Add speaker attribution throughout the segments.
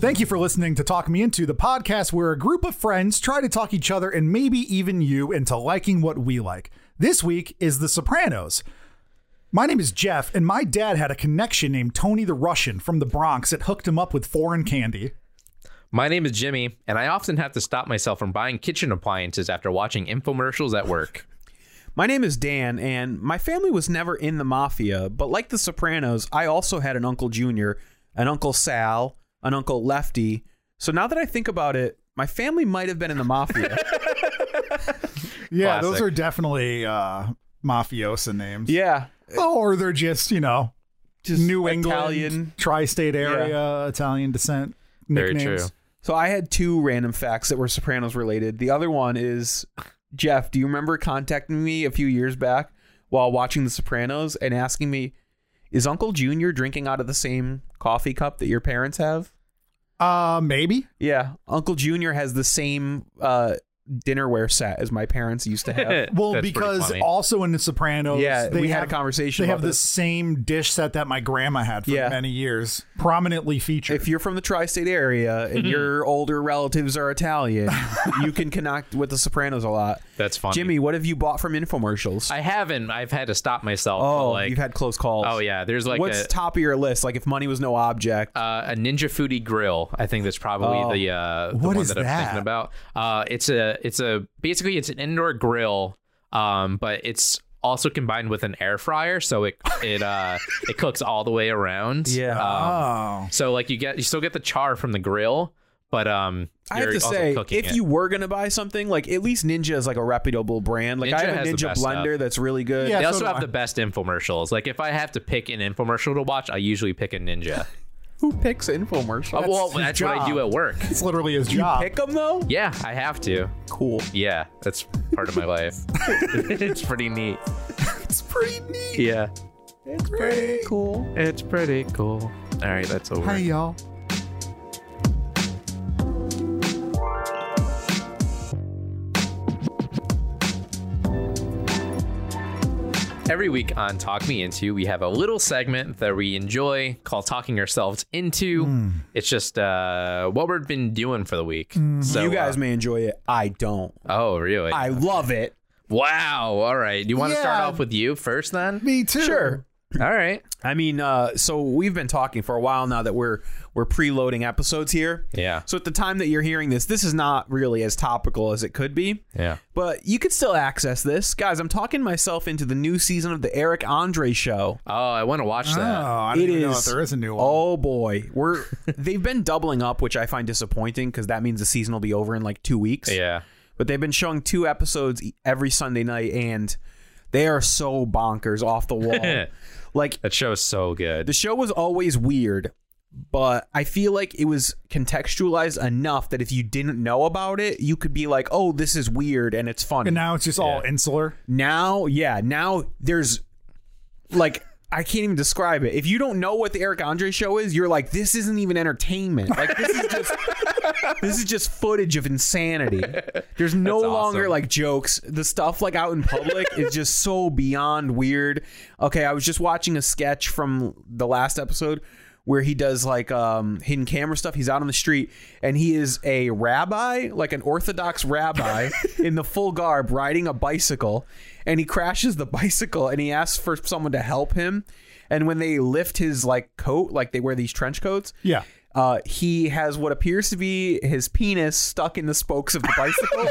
Speaker 1: Thank you for listening to Talk Me Into, the podcast where a group of friends try to talk each other and maybe even you into liking what we like. This week is The Sopranos. My name is Jeff, and my dad had a connection named Tony the Russian from the Bronx that hooked him up with foreign candy.
Speaker 2: My name is Jimmy, and I often have to stop myself from buying kitchen appliances after watching infomercials at work.
Speaker 3: My name is Dan, and my family was never in the mafia, but like the Sopranos, I also had an Uncle Junior, an Uncle Sal, an Uncle Lefty. So now that I think about it, my family might have been in the mafia.
Speaker 2: Yeah, Classic. those are
Speaker 1: definitely uh, mafiosa names. Oh,
Speaker 3: yeah.
Speaker 1: or they're just you know
Speaker 3: Just
Speaker 1: New England
Speaker 3: Italian.
Speaker 1: tri-state area Italian descent
Speaker 2: Very
Speaker 1: nicknames.
Speaker 2: true.
Speaker 3: So I had two random facts that were Sopranos related. The other one is Jeff, do you remember contacting me a few years back while watching The Sopranos and asking me, is Uncle Junior drinking out of the same coffee cup that your parents have?
Speaker 1: Uh, maybe
Speaker 3: Yeah, Uncle Junior has the same uh, dinnerware set as my parents used to have.
Speaker 1: well
Speaker 2: That's pretty
Speaker 1: because
Speaker 2: funny.
Speaker 1: also in the Sopranos,
Speaker 3: Yeah,
Speaker 1: they
Speaker 3: we
Speaker 1: have,
Speaker 3: had a conversation
Speaker 1: They
Speaker 3: about
Speaker 1: have the
Speaker 3: this.
Speaker 1: same dish set that my grandma had for
Speaker 3: Yeah.
Speaker 1: many years, prominently featured.
Speaker 3: if you're from the tri-state area and your older relatives are Italian, you can connect with The Sopranos a lot.
Speaker 2: That's funny.
Speaker 3: Jimmy, what have you bought from infomercials?
Speaker 2: I haven't. I've had to stop myself.
Speaker 3: oh,
Speaker 2: like,
Speaker 3: you've had close calls.
Speaker 2: Oh yeah, there's like
Speaker 3: What's
Speaker 2: a,
Speaker 3: top of your list? Like if money was no object,
Speaker 1: Oh.
Speaker 2: uh, a Ninja Foodie grill. I think that's probably
Speaker 3: Oh.
Speaker 2: the uh, the
Speaker 1: What
Speaker 2: one
Speaker 1: is
Speaker 2: that,
Speaker 1: that?
Speaker 2: I'm thinking about. Uh, it's a it's a basically it's an indoor grill, um, but it's also combined with an air fryer, so it it uh, it cooks all the way around.
Speaker 3: Yeah.
Speaker 2: Um,
Speaker 1: oh,
Speaker 2: so like you get you still get the char from the grill, but um,
Speaker 3: I have
Speaker 2: you're
Speaker 3: to
Speaker 2: also
Speaker 3: say,
Speaker 2: cooking
Speaker 3: if
Speaker 2: it.
Speaker 3: you were gonna buy something, like at least Ninja is like a reputable brand. Like I
Speaker 2: Ninja
Speaker 3: have a
Speaker 2: has the
Speaker 3: Ninja
Speaker 2: best
Speaker 3: blender
Speaker 2: stuff.
Speaker 3: that's really good.
Speaker 1: Yeah.
Speaker 2: they
Speaker 1: so
Speaker 2: also
Speaker 1: do I.
Speaker 2: have the best infomercials. Like if I have to pick an infomercial to watch, I usually pick a ninja.
Speaker 3: Who picks infomercials?
Speaker 2: Uh, well,
Speaker 1: his
Speaker 2: that's what I do
Speaker 1: job.
Speaker 2: at work.
Speaker 1: it's literally his job.
Speaker 3: Pick them though.
Speaker 2: Yeah, I have to.
Speaker 3: Cool.
Speaker 2: Yeah, that's part of my life. it's pretty neat.
Speaker 1: It's pretty neat.
Speaker 2: Yeah.
Speaker 3: It's pretty cool.
Speaker 2: It's pretty cool. All right, that's over.
Speaker 1: Hey y'all.
Speaker 2: Every week on Talk Me Into, we have a little segment that we enjoy called Talking Ourselves Into.
Speaker 1: Hmm.
Speaker 2: It's just uh, what we've been doing for the week.
Speaker 1: Hmm.
Speaker 2: So
Speaker 3: you guys
Speaker 2: uh,
Speaker 3: may enjoy it. I don't.
Speaker 2: oh, really?
Speaker 3: I love it.
Speaker 2: wow. All right. You want to start
Speaker 1: Yeah.
Speaker 2: off with you first then?
Speaker 1: Me too.
Speaker 3: Sure.
Speaker 2: All right.
Speaker 3: I mean, uh, so we've been talking for a while now that we're we're preloading episodes here.
Speaker 2: Yeah.
Speaker 3: So at the time that you're hearing this, this is not really as topical as it could be.
Speaker 2: Yeah.
Speaker 3: But you could still access this, guys. I'm talking myself into the new season of the Eric Andre Show.
Speaker 2: Oh, I want to watch
Speaker 1: Oh,
Speaker 2: that.
Speaker 1: I don't
Speaker 3: It
Speaker 1: even know if
Speaker 3: is-
Speaker 1: there is a new one.
Speaker 3: Oh boy, we're they've been doubling up, which I find disappointing because that means the season will be over in like two weeks.
Speaker 2: Yeah.
Speaker 3: but they've been showing two episodes e- every Sunday night, and they are so bonkers off the wall. like
Speaker 2: That show is so good.
Speaker 3: the show was always weird, but I feel like it was contextualized enough that if you didn't know about it, you could be like, "Oh, this is weird," and it's funny.
Speaker 1: And now it's just all insular.
Speaker 3: now, yeah, now there's like. I can't even describe it. If you don't know what the Eric Andre show is, you're like, this isn't even entertainment. Like this is just this is just footage of insanity. There's no
Speaker 2: That's
Speaker 3: longer
Speaker 2: awesome.
Speaker 3: like jokes. The stuff like out in public is just so beyond weird. Okay, I was just watching a sketch from the last episode where he does like um hidden camera stuff. He's out on the street and he is a rabbi, like an orthodox rabbi in the full garb riding a bicycle and he crashes the bicycle and he asks for someone to help him. And when they lift his like coat, like they wear these trench coats,
Speaker 1: Yeah.
Speaker 3: uh, he has what appears to be his penis stuck in the spokes of the bicycle.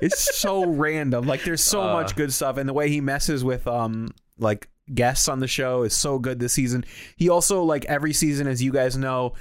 Speaker 3: it's so random. Like there's so
Speaker 2: Uh.
Speaker 3: much good stuff, and the way he messes with um like guests on the show is so good this season. He also like every season, as you guys know,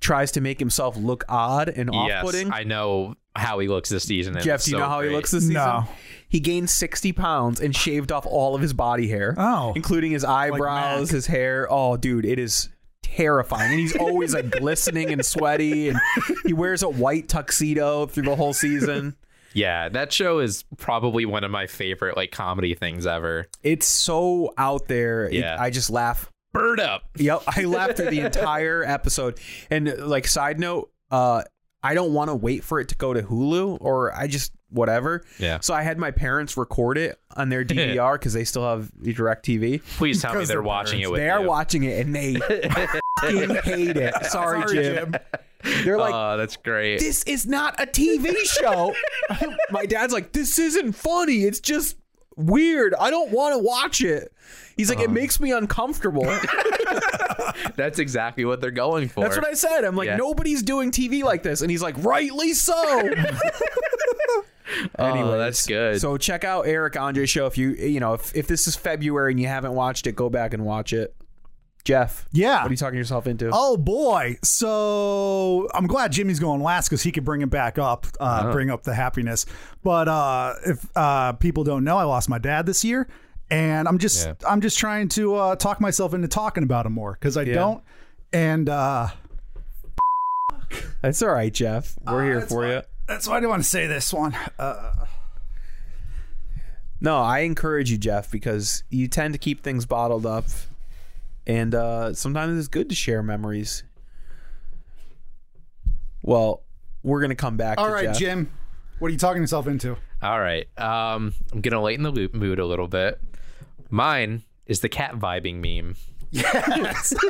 Speaker 3: tries to make himself look odd and
Speaker 2: Yes,
Speaker 3: off-putting.
Speaker 2: I know how he looks this season. and
Speaker 3: Jeff,
Speaker 2: it's
Speaker 3: do you
Speaker 2: so
Speaker 3: know how he
Speaker 2: great.
Speaker 3: looks this season?
Speaker 1: No.
Speaker 3: He gained 60 pounds and shaved off all of his body hair.
Speaker 1: Oh.
Speaker 3: Including his eyebrows, his hair. Oh, dude, it is terrifying. And he's always like glistening and sweaty. And he wears a white tuxedo through the whole season.
Speaker 2: Yeah, that show is probably one of my favorite like comedy things ever.
Speaker 3: It's so out there. It-
Speaker 2: Yeah.
Speaker 3: I just laugh.
Speaker 2: Bird up.
Speaker 3: Yep. I laughed through the entire episode. And like, side note, uh, I don't want to wait for it to go to Hulu or I just whatever.
Speaker 2: Yeah.
Speaker 3: So I had my parents record it on their DVR because they still have Direct TV.
Speaker 2: Please tell me
Speaker 1: Because
Speaker 2: they're
Speaker 1: they're
Speaker 2: watching it with
Speaker 3: They are
Speaker 2: you.
Speaker 3: watching it and they fucking hate it. Sorry, Jim. They're like,
Speaker 2: oh, that's great.
Speaker 3: this is not a TV show. My dad's like, this isn't funny. It's just weird. I don't want to watch it. He's like, it makes me uncomfortable.
Speaker 2: that's exactly what they're going for.
Speaker 3: That's what I said. I'm like,
Speaker 2: Yeah.
Speaker 3: nobody's doing TV like this. And he's like, rightly so.
Speaker 2: Anyway, Oh, that's good.
Speaker 3: So check out Eric Andre show if you you know if, if this is February and you haven't watched it, go back and watch it. Jeff,
Speaker 1: Yeah.
Speaker 3: what are you talking yourself into?
Speaker 1: Oh boy! So I'm glad Jimmy's going last because he could bring it back up, uh,
Speaker 3: Uh-huh.
Speaker 1: bring up the happiness. But uh, if uh, people don't know, I lost my dad this year, and I'm just I'm just trying to uh, talk myself into talking about him more because I don't. And uh,
Speaker 3: That's all right, Jeff. We're
Speaker 1: Uh,
Speaker 3: here for you.
Speaker 1: that's why I didn't want to say this one. Uh,
Speaker 3: No, I encourage you, Jeff, because you tend to keep things bottled up, and uh, sometimes it's good to share memories. Well, we're gonna come back.
Speaker 1: all
Speaker 3: to
Speaker 1: right,
Speaker 3: Jeff.
Speaker 1: Jim, what are you talking yourself into?
Speaker 2: All right. Um, I'm gonna lighten the loop mood a little bit. Mine is the cat vibing meme.
Speaker 1: Yes.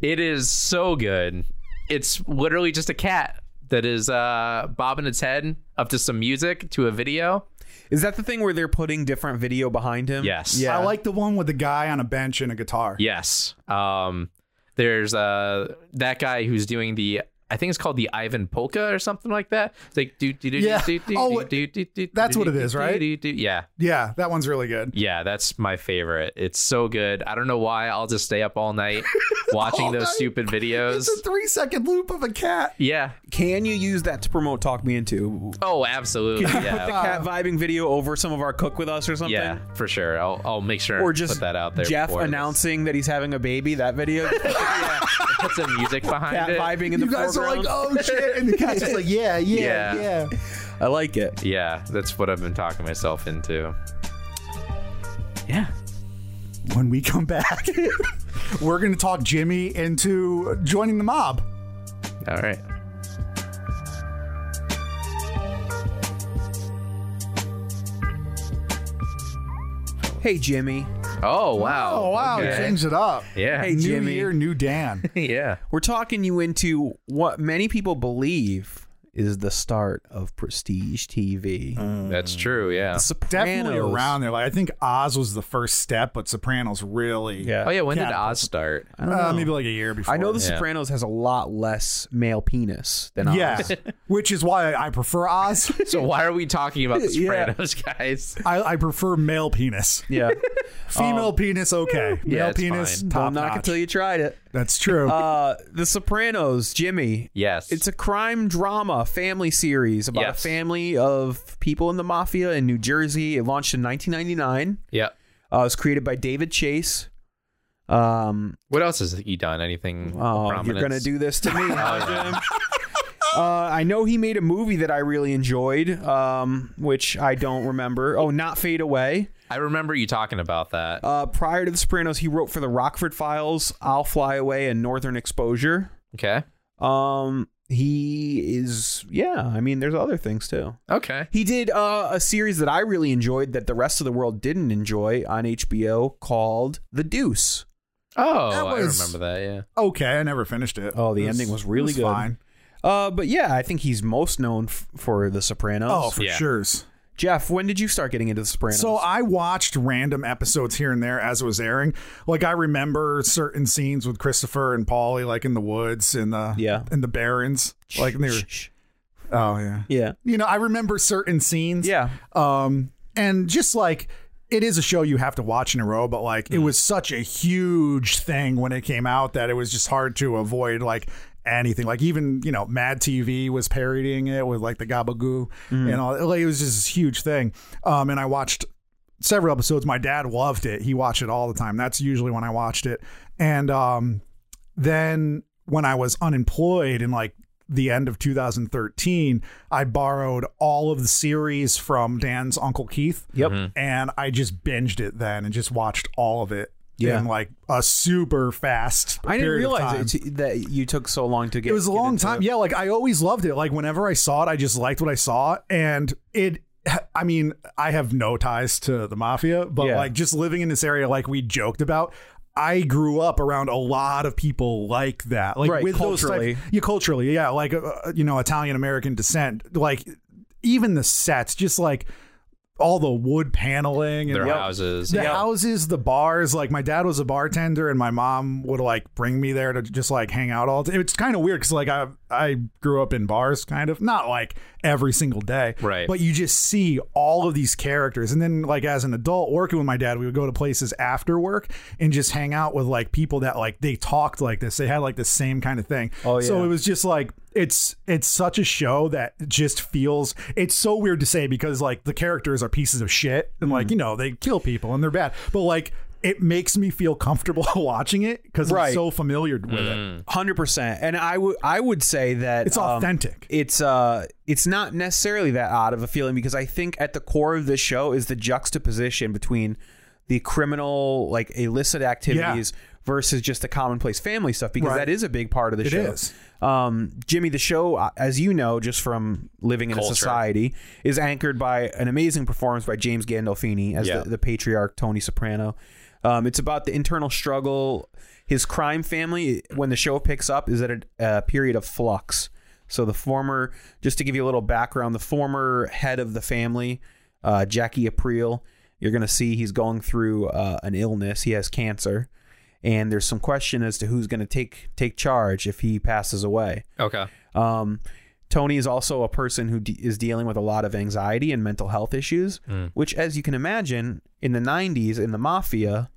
Speaker 2: It is so good. It's literally just a cat that is uh bobbing its head up to some music to a video.
Speaker 3: Is that the thing where they're putting different video behind him?
Speaker 2: Yes.
Speaker 3: Yeah.
Speaker 1: I like the one with the guy on a bench and a guitar.
Speaker 2: Yes. Um, there's uh that guy who's doing the I think it's called the Ivan Polka or something like that. It's like do do do
Speaker 1: Yeah.
Speaker 2: do do
Speaker 1: Oh,
Speaker 2: do do do
Speaker 1: that's
Speaker 2: do,
Speaker 1: what it
Speaker 2: do,
Speaker 1: is,
Speaker 2: do,
Speaker 1: right?
Speaker 2: do, do. Yeah.
Speaker 1: Yeah, that one's really good.
Speaker 2: Yeah, that's my favorite. It's so good. I don't know why. I'll just stay up all night watching
Speaker 1: All
Speaker 2: those
Speaker 1: night.
Speaker 2: stupid videos.
Speaker 1: It's a three second loop of a cat.
Speaker 2: yeah.
Speaker 3: Can you use that to promote Talk Me Into?
Speaker 2: Oh, absolutely. Yeah.
Speaker 3: Cat vibing video over some of our cook with us or something.
Speaker 2: Uh, Yeah, for sure. I'll I'll make sure
Speaker 3: Or
Speaker 2: and
Speaker 3: just
Speaker 2: put that out there.
Speaker 3: Jeff
Speaker 2: before this.
Speaker 3: announcing that he's having a baby. That video.
Speaker 2: put some music behind
Speaker 3: Cat
Speaker 2: it.
Speaker 3: vibing in the
Speaker 1: You guys are
Speaker 3: foreground.
Speaker 1: like, oh shit, and the cat's just like, yeah,
Speaker 2: Yeah.
Speaker 1: yeah, yeah.
Speaker 2: oh,
Speaker 3: I like it.
Speaker 2: Yeah, that's what I've been talking myself into. Yeah.
Speaker 1: When we come back, we're gonna talk Jimmy into joining the mob.
Speaker 2: All right.
Speaker 3: Hey Jimmy,
Speaker 2: Oh wow.
Speaker 1: Oh wow,
Speaker 2: Okay.
Speaker 1: change it up.
Speaker 2: Yeah.
Speaker 1: new
Speaker 3: Jimmy.
Speaker 1: year, new Dan.
Speaker 2: yeah.
Speaker 3: we're talking you into what many people believe is the start of prestige TV.
Speaker 2: That's true. Yeah.
Speaker 3: Sopranos.
Speaker 1: Uh, Definitely around there. Like I think Oz was the first step, but Sopranos really,
Speaker 3: Yeah.
Speaker 2: Oh yeah. When did
Speaker 1: Catapult.
Speaker 2: Oz start?
Speaker 1: uh, maybe like a year before.
Speaker 3: I know The
Speaker 2: Yeah.
Speaker 3: Sopranos has a lot less male penis than Oz.
Speaker 1: Yeah, which is why I prefer Oz.
Speaker 2: So why are we talking about the
Speaker 3: Yeah.
Speaker 2: Sopranos, guys?
Speaker 1: I, I prefer male penis.
Speaker 3: yeah. Oh.
Speaker 1: Female penis, okay. Male
Speaker 2: Yeah, it's
Speaker 1: penis,
Speaker 2: fine.
Speaker 1: top
Speaker 3: I'm not
Speaker 1: notch.
Speaker 3: gonna tell you tried it.
Speaker 1: That's true.
Speaker 3: Uh, the Sopranos, Jimmy.
Speaker 2: Yes.
Speaker 3: It's a crime drama family series about
Speaker 2: Yes.
Speaker 3: a family of people in the mafia in New Jersey. It launched in 1999.
Speaker 2: yeah.
Speaker 3: Uh, it was created by David Chase. Um,
Speaker 2: What else has he done? Anything?
Speaker 3: oh,
Speaker 2: prominent?
Speaker 3: you're gonna do this to me, huh,
Speaker 2: yeah.
Speaker 3: Jim? Uh, I know he made a movie that I really enjoyed, um, which I don't remember. Oh, Not Fade Away.
Speaker 2: I remember you talking about that.
Speaker 3: Uh, prior to The Sopranos, he wrote for The Rockford Files, I'll Fly Away, and Northern Exposure.
Speaker 2: Okay.
Speaker 3: Um, he is, yeah. I mean, there's other things too.
Speaker 2: Okay.
Speaker 3: He did uh, a series that I really enjoyed that the rest of the world didn't enjoy on HBO called The Deuce.
Speaker 2: Oh,
Speaker 1: That was-
Speaker 2: I remember that. Yeah.
Speaker 1: okay, I never finished it.
Speaker 3: Oh, the
Speaker 1: It
Speaker 3: ending was really
Speaker 1: it
Speaker 3: good.
Speaker 1: Fine.
Speaker 3: Uh, but yeah, I think he's most known f- for The Sopranos.
Speaker 1: Oh, for
Speaker 2: Yeah.
Speaker 1: sure.
Speaker 3: Jeff, when did you start getting into The Sopranos?
Speaker 1: So I watched random episodes here and there as it was airing. Like I remember certain scenes with Christopher and Polly, like in the woods and the
Speaker 3: Yeah.
Speaker 1: and the Barons. Like and they were, oh yeah,
Speaker 3: yeah,
Speaker 1: you know I remember certain scenes.
Speaker 3: yeah.
Speaker 1: Um, and just like it is a show you have to watch in a row, but
Speaker 3: Mm.
Speaker 1: like it was such a huge thing when it came out that it was just hard to avoid like anything. Like even you know, Mad TV was parodying it with like the gabagoo
Speaker 3: Mm.
Speaker 1: and all. Like, it was just this huge thing. Um, and I watched several episodes. My dad loved it. He watched it all the time. That's usually when I watched it. And um, then when I was unemployed in like the end of 2013, I borrowed all of the series from Dan's Uncle Keith. Yep. And I just binged it then and just watched all of it.
Speaker 3: Yeah.
Speaker 1: In like a super fast.
Speaker 3: I didn't
Speaker 1: period of time.
Speaker 3: realize it, that you took so long to get.
Speaker 1: It was a
Speaker 3: get
Speaker 1: long
Speaker 3: into
Speaker 1: time.
Speaker 3: it.
Speaker 1: Yeah, like I always loved it. Like whenever I saw it, I just liked what I saw, and it. I mean, I have no ties to the mafia, but
Speaker 3: Yeah.
Speaker 1: like just living in this area, like we joked about. I grew up around a lot of people like that, like
Speaker 3: Right,
Speaker 1: with those type-
Speaker 3: culturally.
Speaker 1: yeah, culturally, yeah, like uh, you know, Italian American descent, like even the sets, just like all the wood paneling and
Speaker 2: Their
Speaker 1: like,
Speaker 2: houses.
Speaker 1: the houses, the bars. Like my dad was a bartender, and my mom would like bring me there to just like hang out all. It's kind of weird because like I I grew up in bars, kind of not like every single day,
Speaker 2: Right.
Speaker 1: But you just see all of these characters, and then like as an adult working with my dad, we would go to places after work and just hang out with like people that like they talked like this. They had like the same kind of thing.
Speaker 3: Oh,
Speaker 1: So
Speaker 3: yeah.
Speaker 1: it was just like it's it's such a show that just feels it's so weird to say because like the characters are pieces of shit and
Speaker 3: Mm.
Speaker 1: like you know they kill people and they're bad but like it makes me feel comfortable watching it because
Speaker 3: Right.
Speaker 1: I'm so familiar with it.
Speaker 3: hundred percent. And I would I would say that
Speaker 1: It's
Speaker 3: um,
Speaker 1: authentic.
Speaker 3: it's uh it's not necessarily that odd of a feeling because I think at the core of this show is the juxtaposition between the criminal like illicit activities versus just the commonplace family stuff because
Speaker 1: Right.
Speaker 3: that is a big part of the
Speaker 1: It
Speaker 3: show.
Speaker 1: is.
Speaker 3: Um, Jimmy, the show, uh, as you know, just from living in a
Speaker 2: Culture.
Speaker 3: society, is anchored by an amazing performance by James Gandolfini as
Speaker 2: Yeah.
Speaker 3: the, the patriarch Tony Soprano. Um, it's about the internal struggle. His crime family, when the show picks up, is at a, a period of flux. So the former, just to give you a little background, the former head of the family, uh, Jackie Aprile, you're going to see he's going through uh, an illness. He has cancer, and there's some question as to who's going to take take charge if he passes away.
Speaker 2: Okay.
Speaker 3: Um, Tony is also a person who de- is dealing with a lot of anxiety and mental health issues,
Speaker 1: Mm.
Speaker 3: which, as you can imagine, in the '90s in the mafia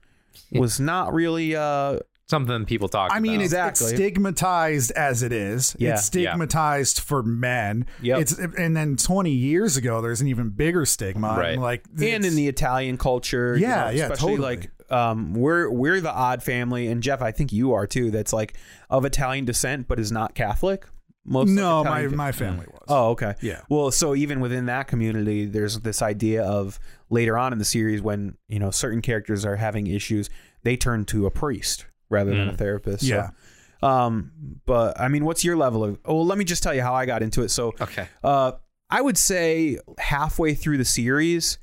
Speaker 3: was not really. Uh,
Speaker 2: Something people talk.
Speaker 1: I
Speaker 2: about.
Speaker 1: mean, it's, it's
Speaker 3: Exactly.
Speaker 1: stigmatized as it is.
Speaker 3: Yeah.
Speaker 1: It's stigmatized for men.
Speaker 3: Yep.
Speaker 1: It's and then 20 years ago, there's an even bigger stigma.
Speaker 2: Right.
Speaker 1: And like,
Speaker 3: and in the Italian culture, you
Speaker 1: Yeah,
Speaker 3: know,
Speaker 1: yeah,
Speaker 3: especially
Speaker 1: totally.
Speaker 3: like um, we're we're the odd family, and Jeff, I think you are too. That's like of Italian descent, but is not Catholic. Most like,
Speaker 1: no, my
Speaker 3: Italian fa-
Speaker 1: my family was.
Speaker 3: Oh, okay.
Speaker 1: Yeah.
Speaker 3: Well, so even within that community, there's this idea of later on in the series when you know certain characters are having issues, they turn to a priest rather than a therapist. So,
Speaker 1: Mm. Yeah.
Speaker 3: um, but I mean, what's your level of? Well, let me just tell you how I got into it. So,
Speaker 2: Okay.
Speaker 3: uh, I would say halfway through the series,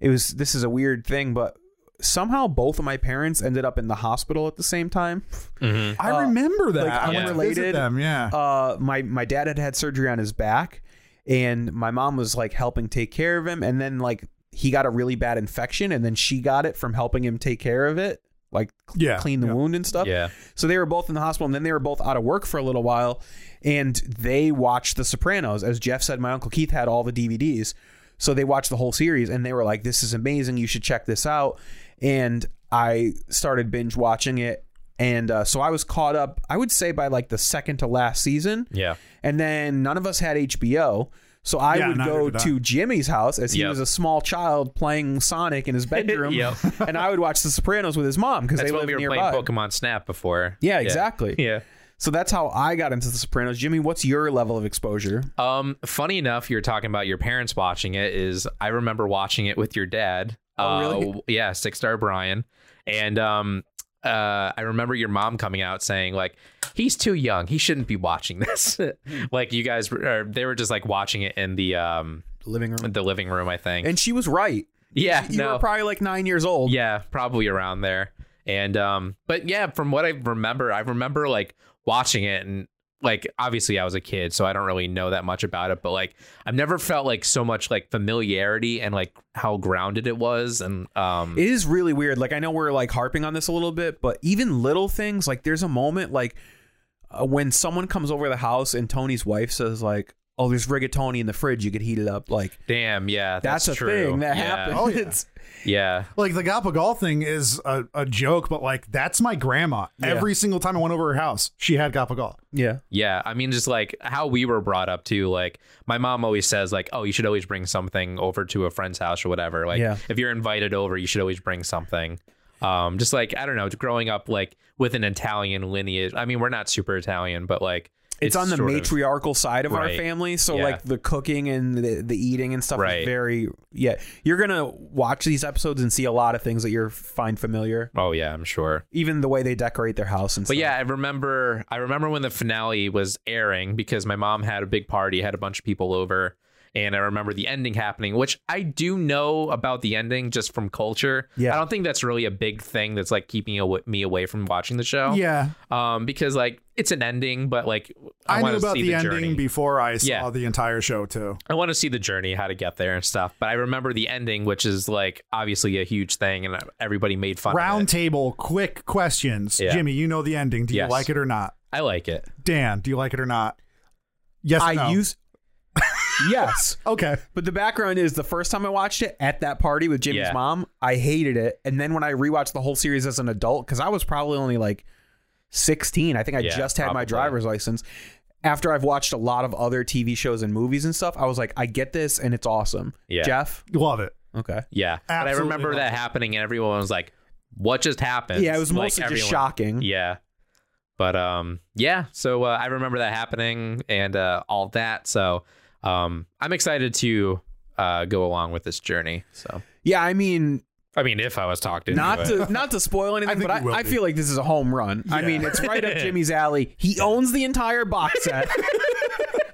Speaker 3: it was. This is a weird thing, but somehow both of my parents ended up in the hospital at the same time.
Speaker 1: I remember that. I went to visit
Speaker 3: unrelated.
Speaker 1: them. Yeah.
Speaker 3: uh, my my dad had had surgery on his back, and my mom was like helping take care of him, and then like he got a really bad infection, and then she got it from helping him take care of it, like cl-
Speaker 1: Yeah,
Speaker 3: clean the
Speaker 1: yeah.
Speaker 3: wound and stuff.
Speaker 2: Yeah.
Speaker 3: So they were both in the hospital, and then they were both out of work for a little while, and they watched The Sopranos. As Jeff said, my uncle Keith had all the DVDs, so they watched the whole series, and they were like, "This is amazing! You should check this out." And I started binge watching it. And uh, so I was caught up, I would say, by like the second to last season.
Speaker 2: Yeah.
Speaker 3: And then none of us had HBO. So I
Speaker 1: Yeah,
Speaker 3: would
Speaker 1: neither
Speaker 3: go
Speaker 1: did I.
Speaker 3: to Jimmy's house as he
Speaker 2: Yep.
Speaker 3: was a small child playing Sonic in his bedroom.
Speaker 2: Yep.
Speaker 3: And I would watch The Sopranos with his mom because they
Speaker 2: That's
Speaker 3: lived
Speaker 2: when we were
Speaker 3: nearby.
Speaker 2: playing Pokemon Snap before.
Speaker 3: Yeah, exactly.
Speaker 2: Yeah.
Speaker 3: So that's how I got into The Sopranos. Jimmy, what's your level of exposure?
Speaker 2: Um, funny enough, you're talking about your parents watching it. Is I remember watching it with your dad.
Speaker 3: Oh, really?
Speaker 2: Uh, yeah, Six Star Brian, and um, uh, I remember your mom coming out saying like, "He's too young. He shouldn't be watching this." like you guys, were, or they were just like watching it in the um
Speaker 3: Living room.
Speaker 2: the living room, I think.
Speaker 3: And she was right.
Speaker 2: yeah,
Speaker 3: You
Speaker 2: no,
Speaker 3: were probably like nine years old.
Speaker 2: Yeah, probably around there. And um, but yeah, from what I remember, I remember like watching it and like obviously I was a kid, so I don't really know that much about it, but like I've never felt like so much like familiarity and like how grounded it was and um
Speaker 3: It is really weird. Like I know we're like harping on this a little bit, but even little things like there's a moment like uh, when someone comes over the house and Tony's wife says like, oh, there's rigatoni in the fridge. You could heat it up. Like
Speaker 2: Damn, yeah,
Speaker 3: that's,
Speaker 2: that's,
Speaker 3: a
Speaker 2: true.
Speaker 3: thing that
Speaker 2: yeah.
Speaker 3: happens.
Speaker 1: Oh, yeah.
Speaker 3: It's-
Speaker 2: Yeah,
Speaker 1: Like the gapagal thing is a, a joke, but like that's my grandma. Every single time I went over her house, she had gapagal.
Speaker 3: yeah.
Speaker 2: yeah. I mean, just like how we were brought up too. Like my mom always says, like, oh, you should always bring something over to a friend's house or whatever. Like
Speaker 3: Yeah.
Speaker 2: if you're invited over, you should always bring something. Um, just like I don't know, growing up like with an Italian lineage. I mean, we're not super Italian, but like
Speaker 3: It's, on the
Speaker 2: sort of-
Speaker 3: matriarchal side of our
Speaker 2: Right.
Speaker 3: family, so
Speaker 2: Yeah.
Speaker 3: like the cooking and the, the eating and stuff is
Speaker 2: Right.
Speaker 3: very yeah. You're gonna watch these episodes and see a lot of things that you find familiar,
Speaker 2: Oh yeah, I'm sure.
Speaker 3: even the way they decorate their house and stuff.
Speaker 2: But yeah, I remember I remember when the finale was airing because my mom had a big party, had a bunch of people over, and I remember the ending happening, which I do know about the ending just from culture.
Speaker 3: Yeah.
Speaker 2: I don't think that's really a big thing that's like keeping awa- me away from watching the show.
Speaker 1: Yeah.
Speaker 2: Um, because like it's an ending, but like I,
Speaker 1: I,
Speaker 2: want
Speaker 1: knew
Speaker 2: to
Speaker 1: about
Speaker 2: see
Speaker 1: the,
Speaker 2: the,
Speaker 1: ending
Speaker 2: journey.
Speaker 1: before I saw
Speaker 2: Yeah.
Speaker 1: the entire show too.
Speaker 2: I want to see the journey, how to get there and stuff. But I remember the ending, which is like obviously a huge thing, and everybody made fun. of
Speaker 1: Round
Speaker 2: it.
Speaker 1: table, quick questions.
Speaker 2: Yeah.
Speaker 1: Jimmy, you know the ending. Do you
Speaker 2: Yes.
Speaker 1: like it or not?
Speaker 2: I like it.
Speaker 1: Dan, do you like it or not? Yes.
Speaker 3: I
Speaker 1: no.
Speaker 3: use yes.
Speaker 1: Okay.
Speaker 3: But the background is the first time I watched it at that party with Jimmy's
Speaker 2: Yeah.
Speaker 3: mom, I hated it. And then when I rewatched the whole series as an adult, because I was probably only like 16, I think I
Speaker 2: Yeah,
Speaker 3: just had my
Speaker 2: probably.
Speaker 3: driver's license. After I've watched a lot of other TV shows and movies and stuff, I was like, I get this and it's awesome.
Speaker 2: Yeah.
Speaker 3: Jeff?
Speaker 1: Love it.
Speaker 3: Okay.
Speaker 2: Yeah. but I
Speaker 1: Absolutely
Speaker 2: remember
Speaker 1: not.
Speaker 2: that happening and everyone was like, what just happened?
Speaker 3: Yeah, it was
Speaker 2: Like,
Speaker 3: mostly just
Speaker 2: everyone-
Speaker 3: shocking.
Speaker 2: Yeah. But um yeah, so uh, I remember that happening and uh all that. So um I'm excited to uh go along with this journey. So
Speaker 3: Yeah, I mean,
Speaker 2: I mean if I was talked into
Speaker 3: not
Speaker 2: it.
Speaker 3: to not to spoil anything,
Speaker 1: think
Speaker 3: but I,
Speaker 1: you will
Speaker 3: I
Speaker 1: be.
Speaker 3: feel like this is a home run. I mean, it's right up Jimmy's alley. He owns the entire box set.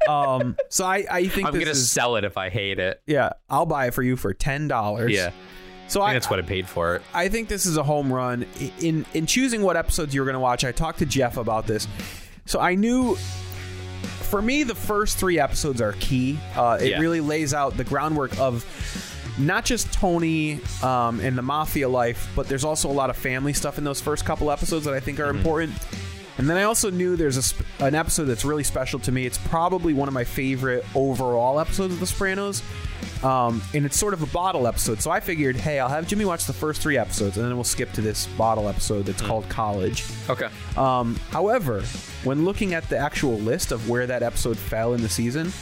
Speaker 3: um, so I, I think
Speaker 2: I'm
Speaker 3: this
Speaker 2: going to
Speaker 3: is
Speaker 2: sell it if I hate it.
Speaker 3: Yeah, I'll buy it for you for ten dollars.
Speaker 2: Yeah.
Speaker 3: So
Speaker 2: I think
Speaker 3: I,
Speaker 2: that's what I paid for it.
Speaker 3: I think this is a home run I- in in choosing what episodes you're going to watch. I talked to Jeff about this, so I knew. For me, the first three episodes are key. Uh, it
Speaker 2: Yeah.
Speaker 3: really lays out the groundwork of not just Tony um, and the mafia life, but there's also a lot of family stuff in those first couple episodes that I think are important. And then I also knew there's a sp- an episode that's really special to me. It's probably one of my favorite overall episodes of The Sopranos. Um, and it's sort of a bottle episode. So I figured, hey, I'll have Jimmy watch the first three episodes, and then we'll skip to this bottle episode that's called College.
Speaker 2: Okay.
Speaker 3: Um, however, when looking at the actual list of where that episode fell in the season,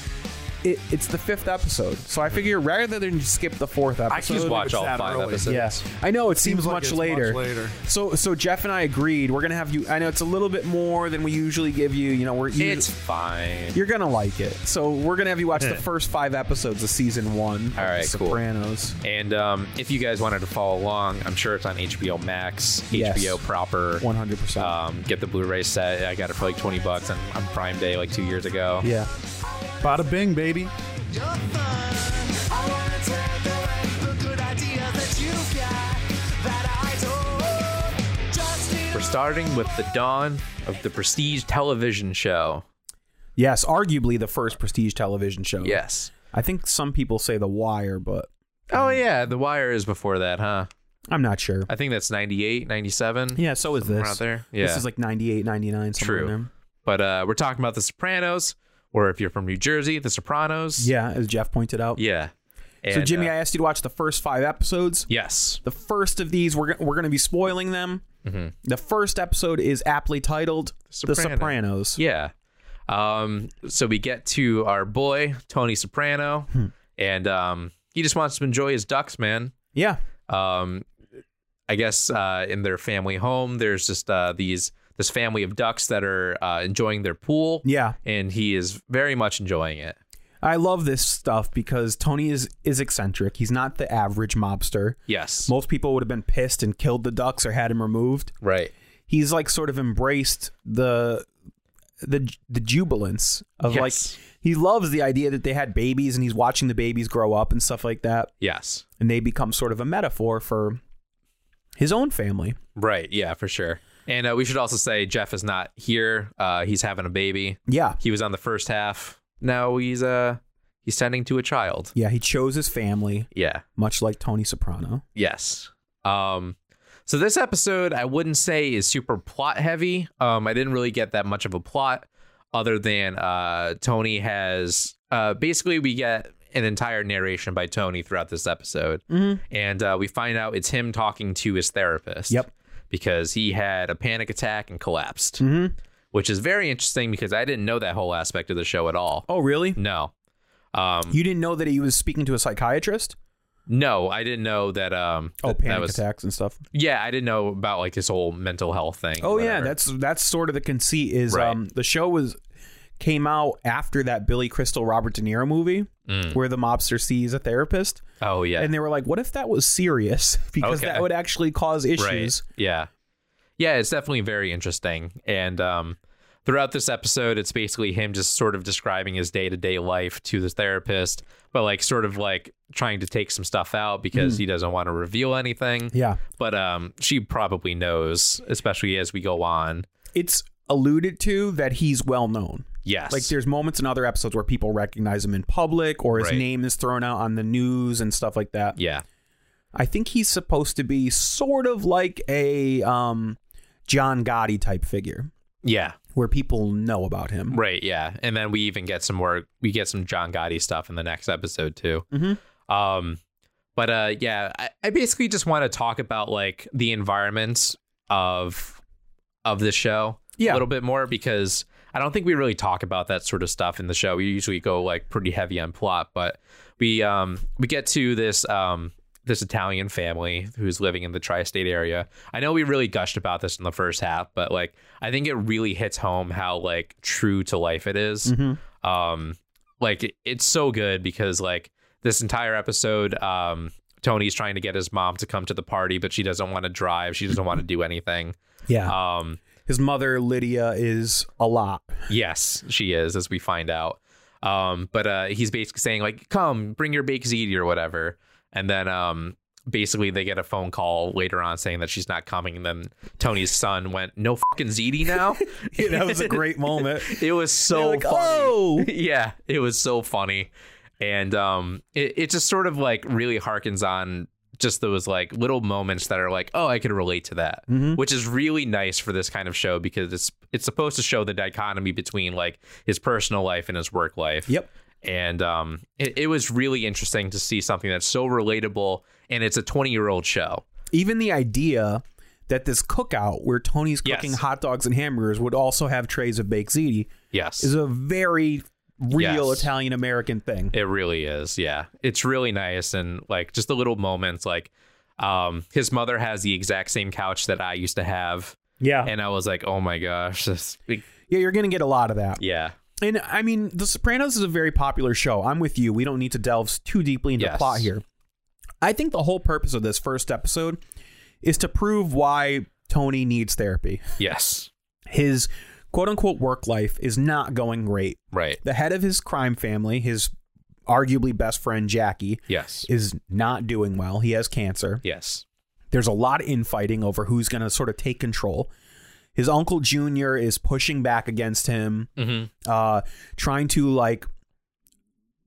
Speaker 3: it, it's the fifth episode. So I figure rather than just skip the fourth episode,
Speaker 2: Just watch all five episodes.
Speaker 3: Yes, I know it seems,
Speaker 1: Seems like
Speaker 3: much,
Speaker 1: it's much
Speaker 3: later.
Speaker 1: later.
Speaker 3: So, so Jeff and I agreed we're gonna have you. I know it's a little bit more than we usually give you. You know, we're usu-
Speaker 2: It's fine.
Speaker 3: you're gonna like it. So we're gonna have you watch the first five episodes of season one.
Speaker 2: All right,
Speaker 3: of
Speaker 2: cool.
Speaker 3: Sopranos.
Speaker 2: And um, if you guys wanted to follow along, I'm sure it's on HBO Max,
Speaker 3: Yes.
Speaker 2: HBO proper,
Speaker 3: 100%.
Speaker 2: Um, get the Blu-ray set. I got it for like 20 bucks on, on Prime Day like two years ago.
Speaker 3: Yeah.
Speaker 1: Bada bing, baby.
Speaker 4: You're fun. I wanna take away the good ideas that you got that I don't. Just in
Speaker 2: We're starting with the dawn of the prestige television show.
Speaker 3: Yes, arguably the first prestige television show.
Speaker 2: Yes.
Speaker 3: I think some people say The Wire, but
Speaker 2: Oh yeah, The Wire is before that, huh?
Speaker 3: I'm not sure.
Speaker 2: I think that's 98, 97.
Speaker 3: Yeah, so is this.
Speaker 2: around there. Yeah.
Speaker 3: This is like 98, 99, somewhere in
Speaker 2: True.
Speaker 3: there.
Speaker 2: But uh, we're talking about The Sopranos, or if you're from New Jersey, The Sopranos.
Speaker 3: Yeah, as Jeff pointed out.
Speaker 2: Yeah.
Speaker 3: So
Speaker 2: And,
Speaker 3: Jimmy,
Speaker 2: uh,
Speaker 3: I asked you to watch the first five episodes.
Speaker 2: yes.
Speaker 3: The first of these, we're, go- we're going to be spoiling them. The first episode is aptly titled The Sopranos.
Speaker 2: Mm-hmm. Sopranos. Yeah. Um, so we get to our boy, Tony Soprano, and um, he just wants to enjoy his ducks, man.
Speaker 3: Yeah.
Speaker 2: Um, I guess uh, in their family home, there's just uh, these this family of ducks that are uh, enjoying their pool.
Speaker 3: Yeah.
Speaker 2: And he is very much enjoying it.
Speaker 3: I love this stuff because Tony is, is eccentric. He's not the average mobster.
Speaker 2: Yes.
Speaker 3: Most people would have been pissed and killed the ducks or had him removed.
Speaker 2: Right.
Speaker 3: He's like sort of embraced the the the jubilance of
Speaker 2: Yes.
Speaker 3: like he loves the idea that they had babies and he's watching the babies grow up and stuff like that.
Speaker 2: Yes.
Speaker 3: and they become sort of a metaphor for his own family.
Speaker 2: Right. Yeah, for sure. And uh, we should also say Jeff is not here. Uh, he's having a baby.
Speaker 3: Yeah.
Speaker 2: He was on the first half. Now he's uh he's sending to a child.
Speaker 3: Yeah, he chose his family,
Speaker 2: Yeah.
Speaker 3: much like Tony Soprano.
Speaker 2: Yes. Um so this episode I wouldn't say is super plot heavy. Um I didn't really get that much of a plot other than uh Tony has uh, basically we get an entire narration by Tony throughout this episode,
Speaker 3: Mm-hmm.
Speaker 2: and uh, we find out it's him talking to his therapist.
Speaker 3: Yep.
Speaker 2: because he had a panic attack and collapsed,
Speaker 3: Mm-hmm.
Speaker 2: which is very interesting because I didn't know that whole aspect of the show at all.
Speaker 3: Oh, really?
Speaker 2: No, um,
Speaker 3: You didn't know that he was speaking to a psychiatrist?
Speaker 2: no, I didn't know that. Um,
Speaker 3: Oh,
Speaker 2: that,
Speaker 3: panic
Speaker 2: that was,
Speaker 3: attacks and stuff.
Speaker 2: Yeah, I didn't know about like this whole mental health thing.
Speaker 3: Oh yeah,
Speaker 2: whatever.
Speaker 3: that's that's sort of the conceit is
Speaker 2: Right.
Speaker 3: um the show was came out after that Billy Crystal Robert De Niro movie
Speaker 2: Mm.
Speaker 3: where the mobster sees a therapist
Speaker 2: oh yeah,
Speaker 3: and they were like what if that was serious because
Speaker 2: Okay.
Speaker 3: that would actually cause issues.
Speaker 2: Right. Yeah. Yeah, it's definitely very interesting. And um, throughout this episode, it's basically him just sort of describing his day to day life to the therapist, but like sort of like trying to take some stuff out because he doesn't want to reveal anything.
Speaker 3: Hmm. Yeah.
Speaker 2: But um, she probably knows, especially as we go on.
Speaker 3: It's alluded to that he's well known.
Speaker 2: Yes.
Speaker 3: Like there's moments in other episodes where people recognize him in public or his
Speaker 2: Right.
Speaker 3: name is thrown out on the news and stuff like that.
Speaker 2: yeah.
Speaker 3: I think he's supposed to be sort of like a um John Gotti type figure
Speaker 2: Yeah.
Speaker 3: where people know about him.
Speaker 2: Right. Yeah. And then we even get some more. We get some John Gotti stuff in the next episode too.
Speaker 3: Mm-hmm.
Speaker 2: Um, but uh, yeah, I, I basically just want to talk about like the environments of of the show.
Speaker 3: Yeah.
Speaker 2: A little bit more because I don't think we really talk about that sort of stuff in the show. We usually go like pretty heavy on plot, but we um we get to this um this Italian family who's living in the tri-state area. I know we really gushed about this in the first half, but like I think it really hits home how like true to life it is. Um like it- it's so good because like this entire episode um Tony's trying to get his mom to come to the party, but she doesn't want to drive. She doesn't want to do anything.
Speaker 3: Yeah.
Speaker 2: Um
Speaker 3: His mother Lydia is a lot.
Speaker 2: Yes, she is, as we find out. Um, but uh, he's basically saying like, "Come, bring your baked ziti or whatever," and then um, basically they get a phone call later on saying that she's not coming. And then Tony's son went, "No fucking ziti now."
Speaker 3: that was a great moment.
Speaker 2: it was so
Speaker 3: like,
Speaker 2: funny.
Speaker 3: "Oh!"
Speaker 2: yeah, it was so funny, and um, it it just sort of like really harkens on just those like little moments that are like, oh, I could relate to that, which is really nice for this kind of show because it's it's supposed to show the dichotomy between like his personal life and his work life.
Speaker 3: Yep.
Speaker 2: And um, it, it was really interesting to see something that's so relatable, and it's a twenty year old show.
Speaker 3: Even the idea that this cookout where Tony's
Speaker 2: Yes.
Speaker 3: cooking hot dogs and hamburgers would also have trays of baked ziti
Speaker 2: Yes,
Speaker 3: is a very real
Speaker 2: Yes.
Speaker 3: Italian American thing.
Speaker 2: It really is. Yeah. It's really nice and like just the little moments like um his mother has the exact same couch that I used to have
Speaker 3: Yeah.
Speaker 2: and I was like, "Oh my gosh." This,
Speaker 3: yeah, you're going to get a lot of that.
Speaker 2: yeah.
Speaker 3: And I mean, The Sopranos is a very popular show. I'm with you. We don't need to delve too deeply into
Speaker 2: Yes.
Speaker 3: plot here. I think the whole purpose of this first episode is to prove why Tony needs therapy.
Speaker 2: Yes.
Speaker 3: His quote unquote work life is not going great.
Speaker 2: Right.
Speaker 3: The head of his crime family, his arguably best friend Jackie,
Speaker 2: Yes.
Speaker 3: is not doing well. He has cancer.
Speaker 2: Yes.
Speaker 3: There's a lot of infighting over who's going to sort of take control. His uncle Junior is pushing back against him,
Speaker 2: Mhm.
Speaker 3: uh, trying to like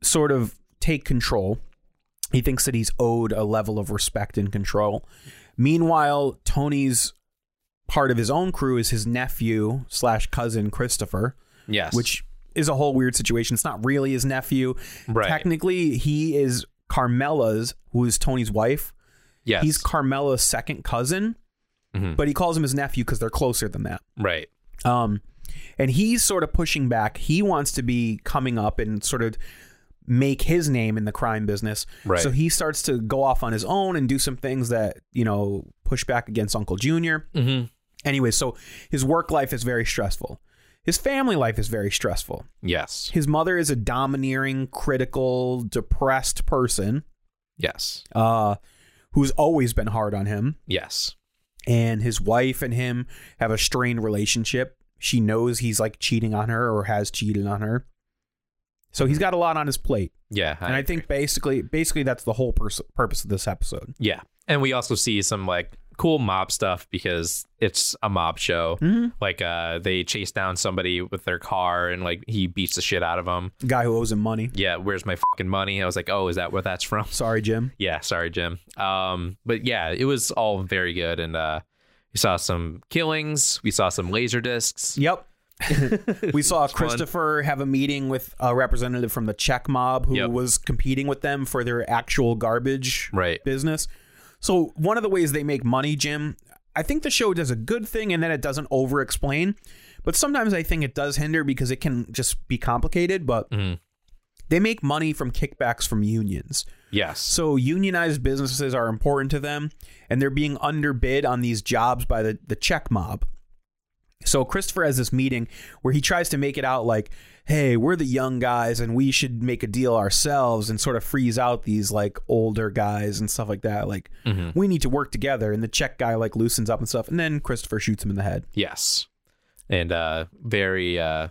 Speaker 3: sort of take control. He thinks that he's owed a level of respect and control. Meanwhile, Tony's part of his own crew is his nephew slash cousin Christopher,
Speaker 2: Yes.
Speaker 3: which is a whole weird situation. It's not really his nephew.
Speaker 2: Right.
Speaker 3: Technically, he is Carmela's, who is Tony's wife.
Speaker 2: yes.
Speaker 3: He's Carmela's second cousin,
Speaker 2: Mhm.
Speaker 3: but he calls him his nephew because they're closer than that.
Speaker 2: right.
Speaker 3: Um, and he's sort of pushing back. He wants to be coming up and sort of make his name in the crime business.
Speaker 2: Right.
Speaker 3: So he starts to go off on his own and do some things that, you know, push back against Uncle Junior.
Speaker 2: Mhm.
Speaker 3: Anyway, so his work life is very stressful. His family life is very stressful.
Speaker 2: Yes.
Speaker 3: His mother is a domineering, critical, depressed person
Speaker 2: Yes.
Speaker 3: uh, who's always been hard on him
Speaker 2: Yes.
Speaker 3: and his wife and him have a strained relationship. She knows he's like cheating on her or has cheated on her. So he's got a lot on his plate.
Speaker 2: Yeah.
Speaker 3: and I think basically basically that's the whole pers- purpose of this episode.
Speaker 2: Yeah. And we also see some like cool mob stuff because it's a mob show.
Speaker 3: Mm-hmm.
Speaker 2: Like uh they chase down somebody with their car and like he beats the shit out of them.
Speaker 3: Guy who owes him money.
Speaker 2: yeah, where's my fucking money? I was like, oh, is that where that's from?
Speaker 3: Sorry, Jim.
Speaker 2: Yeah, sorry, Jim. Um, but yeah, it was all very good, and uh, we saw some killings, we saw some laser discs,
Speaker 3: Yep. we saw
Speaker 2: fun.
Speaker 3: Christopher have a meeting with a representative from the Czech mob who
Speaker 2: Yep.
Speaker 3: was competing with them for their actual garbage
Speaker 2: Right.
Speaker 3: business. So one of the ways they make money, Jim, I think the show does a good thing and then it doesn't over explain. But sometimes I think it does hinder because it can just be complicated. But
Speaker 2: Mm-hmm.
Speaker 3: they make money from kickbacks from unions.
Speaker 2: Yes.
Speaker 3: So unionized businesses are important to them, and they're being underbid on these jobs by the, the check mob. So Christopher has this meeting where he tries to make it out like, hey, we're the young guys and we should make a deal ourselves and sort of freeze out these like older guys and stuff like that. Like
Speaker 2: Mm-hmm.
Speaker 3: we need to work together. And the check guy like loosens up and stuff. And then Christopher shoots him in the head.
Speaker 2: Yes. And uh very uh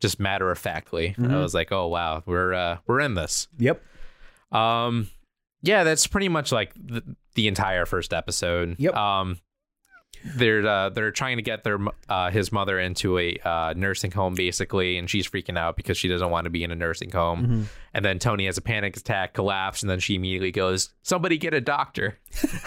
Speaker 2: just matter of factly. I was like, "Oh wow, we're uh we're in this."
Speaker 3: Yep.
Speaker 2: Um, yeah, that's pretty much like the, the entire first episode.
Speaker 3: Yep.
Speaker 2: Um, they're uh, they're trying to get their mo- uh, his mother into a uh, nursing home basically, and she's freaking out because she doesn't want to be in a nursing home.
Speaker 3: Mm-hmm.
Speaker 2: And then Tony has a panic attack, collapse, and then she immediately goes, "Somebody get a doctor,"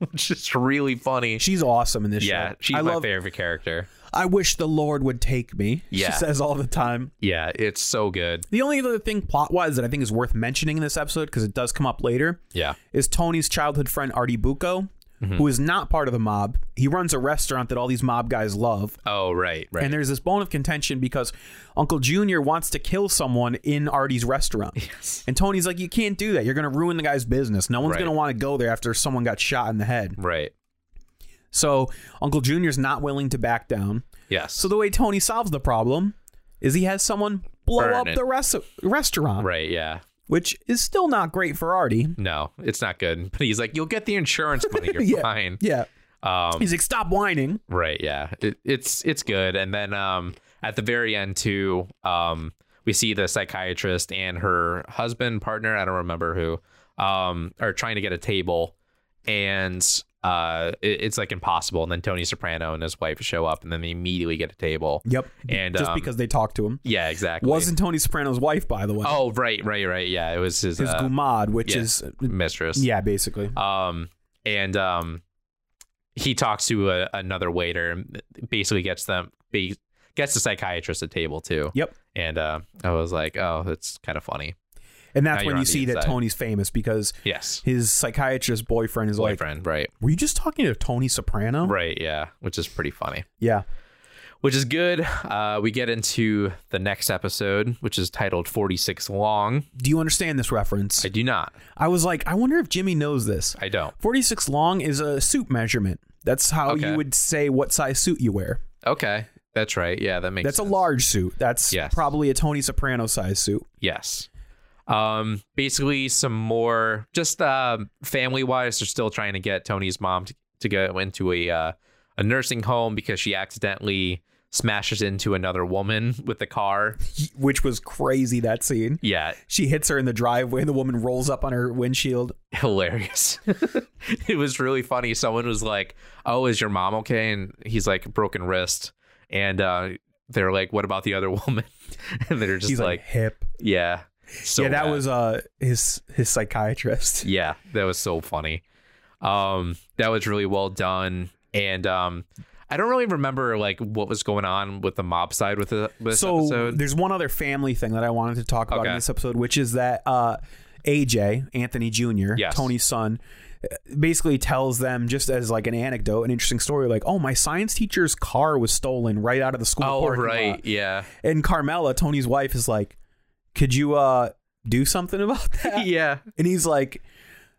Speaker 2: which is really funny.
Speaker 3: She's awesome in this show.
Speaker 2: yeah, she's
Speaker 3: I
Speaker 2: my
Speaker 3: love,
Speaker 2: favorite character.
Speaker 3: I wish the Lord would take me.
Speaker 2: Yeah.
Speaker 3: She says all the time.
Speaker 2: Yeah, it's so good.
Speaker 3: The only other thing plot wise that I think is worth mentioning in this episode, because it does come up later,
Speaker 2: Yeah,
Speaker 3: is Tony's childhood friend Artie Bucco,
Speaker 2: Mm-hmm.
Speaker 3: who is not part of the mob. He runs a restaurant that all these mob guys love.
Speaker 2: Oh, right, right.
Speaker 3: And there's this bone of contention because Uncle Junior wants to kill someone in Artie's restaurant. And Tony's like, You can't do that. You're going to ruin the guy's business. No one's
Speaker 2: Right.
Speaker 3: going to want to go there after someone got shot in the head.
Speaker 2: right.
Speaker 3: So Uncle Junior's not willing to back down.
Speaker 2: Yes.
Speaker 3: So the way Tony solves the problem is he has someone blow
Speaker 2: Burn
Speaker 3: up
Speaker 2: it.
Speaker 3: the res- restaurant,
Speaker 2: right. Yeah.
Speaker 3: which is still not great for Artie.
Speaker 2: No, it's not good. But he's like, you'll get the insurance money. You're
Speaker 3: Yeah.
Speaker 2: fine.
Speaker 3: Yeah.
Speaker 2: Um,
Speaker 3: He's like, stop whining.
Speaker 2: right. Yeah. It, it's it's good. And then um, at the very end too, um, we see the psychiatrist and her husband partner. I don't remember who. Um, are trying to get a table, and uh, it- it's like impossible. And then Tony Soprano and his wife show up, and then they immediately get a table.
Speaker 3: Yep.
Speaker 2: And
Speaker 3: Just
Speaker 2: um,
Speaker 3: because they talked to him.
Speaker 2: yeah, exactly.
Speaker 3: Wasn't Tony Soprano's wife, by the way.
Speaker 2: oh right, right, right. Yeah, it was his,
Speaker 3: His
Speaker 2: uh,
Speaker 3: Gumad, which
Speaker 2: yeah,
Speaker 3: is,
Speaker 2: mistress.
Speaker 3: yeah, basically.
Speaker 2: um and um he talks to a, another waiter and basically gets them be, gets the psychiatrist at table too
Speaker 3: Yep.
Speaker 2: and uh i was like oh that's kind of funny
Speaker 3: And that's
Speaker 2: now
Speaker 3: when
Speaker 2: you're
Speaker 3: you
Speaker 2: on the
Speaker 3: see that
Speaker 2: inside.
Speaker 3: Tony's famous because
Speaker 2: yes
Speaker 3: his psychiatrist boyfriend is like,
Speaker 2: boyfriend right
Speaker 3: Were you just talking to Tony Soprano?
Speaker 2: right yeah which is pretty funny
Speaker 3: Yeah.
Speaker 2: which is good uh we get into the next episode which is titled 46 long
Speaker 3: Do you understand this reference?
Speaker 2: i do not
Speaker 3: I was like, I wonder if Jimmy knows this.
Speaker 2: i don't
Speaker 3: 46 long is a suit measurement. That's how
Speaker 2: Okay.
Speaker 3: you would say what size suit you wear.
Speaker 2: okay that's right yeah that makes
Speaker 3: That's a
Speaker 2: sense.
Speaker 3: large suit. That's
Speaker 2: Yes.
Speaker 3: probably a Tony Soprano size suit.
Speaker 2: Yes. Um, basically, some more just uh, family wise, they're still trying to get Tony's mom to, to go into a uh, a nursing home because she accidentally smashes into another woman with the car.
Speaker 3: which was crazy that scene.
Speaker 2: Yeah,
Speaker 3: She hits her in the driveway and the woman rolls up on her windshield.
Speaker 2: hilarious. it was really funny. Someone was like, "Oh, is your mom okay?" And he's like, "Broken wrist." And uh, they're like, "What about the other woman?" and they're just
Speaker 3: He's
Speaker 2: like,
Speaker 3: like, hip.
Speaker 2: "Yeah." So
Speaker 3: yeah, that
Speaker 2: bad.
Speaker 3: was uh his his psychiatrist.
Speaker 2: Yeah, that was so funny. Um, that was really well done, and um, I don't really remember like what was going on with the mob side with, the, with this
Speaker 3: so
Speaker 2: episode.
Speaker 3: there's one other family thing that I wanted to talk about in
Speaker 2: Okay.
Speaker 3: this episode, which is that uh AJ, Anthony Jr.,
Speaker 2: Yes.
Speaker 3: Tony's son, uh, basically tells them just as like an anecdote, an interesting story, like, oh, my science teacher's car was stolen right out of the school.
Speaker 2: Oh
Speaker 3: parking lot."
Speaker 2: right, yeah,
Speaker 3: And Carmela, Tony's wife, is like, could you uh do something about that?
Speaker 2: yeah,
Speaker 3: And he's like,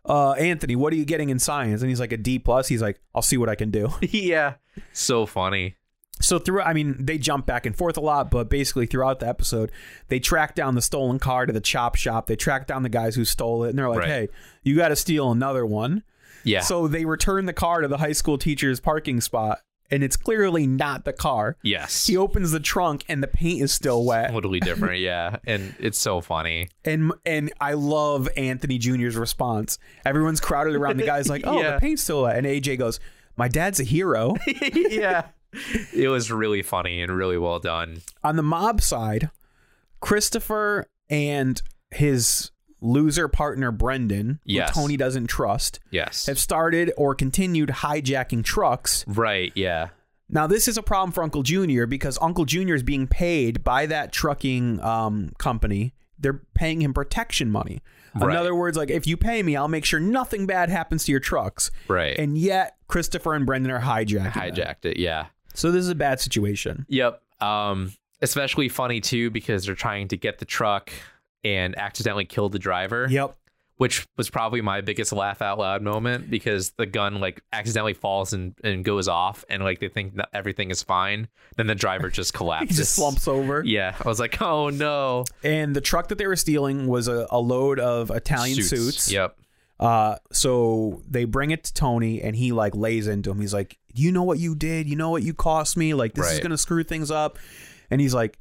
Speaker 3: uh, Anthony, what are you getting in science? And he's like, a D plus. He's like, I'll see what I can do.
Speaker 2: yeah. So funny.
Speaker 3: So through, I mean, they jump back and forth a lot, but basically throughout the episode, they track down the stolen car to the chop shop. They track down the guys who stole it, and they're like,
Speaker 2: Right.
Speaker 3: hey, you got to steal another one.
Speaker 2: Yeah,
Speaker 3: So they return the car to the high school teacher's parking spot, and it's clearly not the car.
Speaker 2: yes,
Speaker 3: He opens the trunk, and the paint is still wet.
Speaker 2: totally different. Yeah, and it's so funny.
Speaker 3: And and I love Anthony Jr.'s response. Everyone's crowded around the guy's like, "Oh,
Speaker 2: Yeah.
Speaker 3: the paint's still wet." And AJ goes, "My dad's a hero."
Speaker 2: yeah, it was really funny and really well done.
Speaker 3: On the mob side, Christopher and his loser partner Brendan,
Speaker 2: Yes.
Speaker 3: who Tony doesn't trust,
Speaker 2: Yes,
Speaker 3: have started or continued hijacking trucks
Speaker 2: right. Yeah,
Speaker 3: Now, this is a problem for Uncle Junior because Uncle Junior is being paid by that trucking um, company. They're paying him protection money.
Speaker 2: Right.
Speaker 3: In other words, like if you pay me, I'll make sure nothing bad happens to your trucks.
Speaker 2: Right.
Speaker 3: And yet, Christopher and Brendan are hijacking. them.
Speaker 2: hijacked it. Yeah.
Speaker 3: So this is a bad situation.
Speaker 2: Yep. Um, especially funny too because they're trying to get the truck and accidentally kill the driver.
Speaker 1: Yep.
Speaker 2: Which was probably my biggest laugh out loud moment because the gun like accidentally falls and, and goes off and like they think that everything is fine. Then the driver just
Speaker 3: He
Speaker 2: collapses.
Speaker 3: just slumps over.
Speaker 2: Yeah. I was like, oh no.
Speaker 3: And the truck that they were stealing was a, a load of Italian suits.
Speaker 2: Yep.
Speaker 3: Uh, so they bring it to Tony, and he like lays into him. He's like, "You know what you did? You know what you cost me? Like this is
Speaker 2: Right.
Speaker 3: gonna screw things up." And he's like,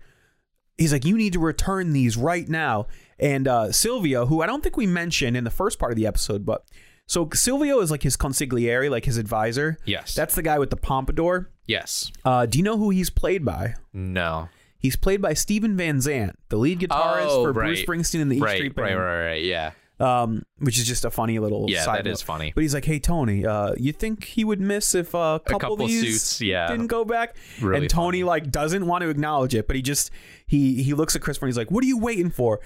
Speaker 3: "He's like, you need to return these right now." And uh, Silvio, who I don't think we mentioned in the first part of the episode, but so Silvio is like his consigliere, like his advisor.
Speaker 2: Yes.
Speaker 3: that's the guy with the pompadour.
Speaker 2: Yes.
Speaker 3: Uh, do you know who he's played by?
Speaker 2: No.
Speaker 3: He's played by Steven Van Zandt, the lead guitarist
Speaker 2: Oh,
Speaker 3: for
Speaker 2: right.
Speaker 3: Bruce Springsteen and the E
Speaker 2: Right,
Speaker 3: Street
Speaker 2: right, right,
Speaker 3: Band
Speaker 2: right, right. Yeah.
Speaker 3: um, which is just a funny little.
Speaker 2: Yeah,
Speaker 3: side
Speaker 2: that
Speaker 3: note.
Speaker 2: is funny.
Speaker 3: But he's like, "Hey Tony, uh, you think he would miss if uh, a couple,
Speaker 2: couple
Speaker 3: of these
Speaker 2: suits, yeah.
Speaker 3: didn't go back?"
Speaker 2: Really
Speaker 3: and Tony like doesn't want to acknowledge it, but he just he he looks at Christopher and he's like, "What are you waiting for?"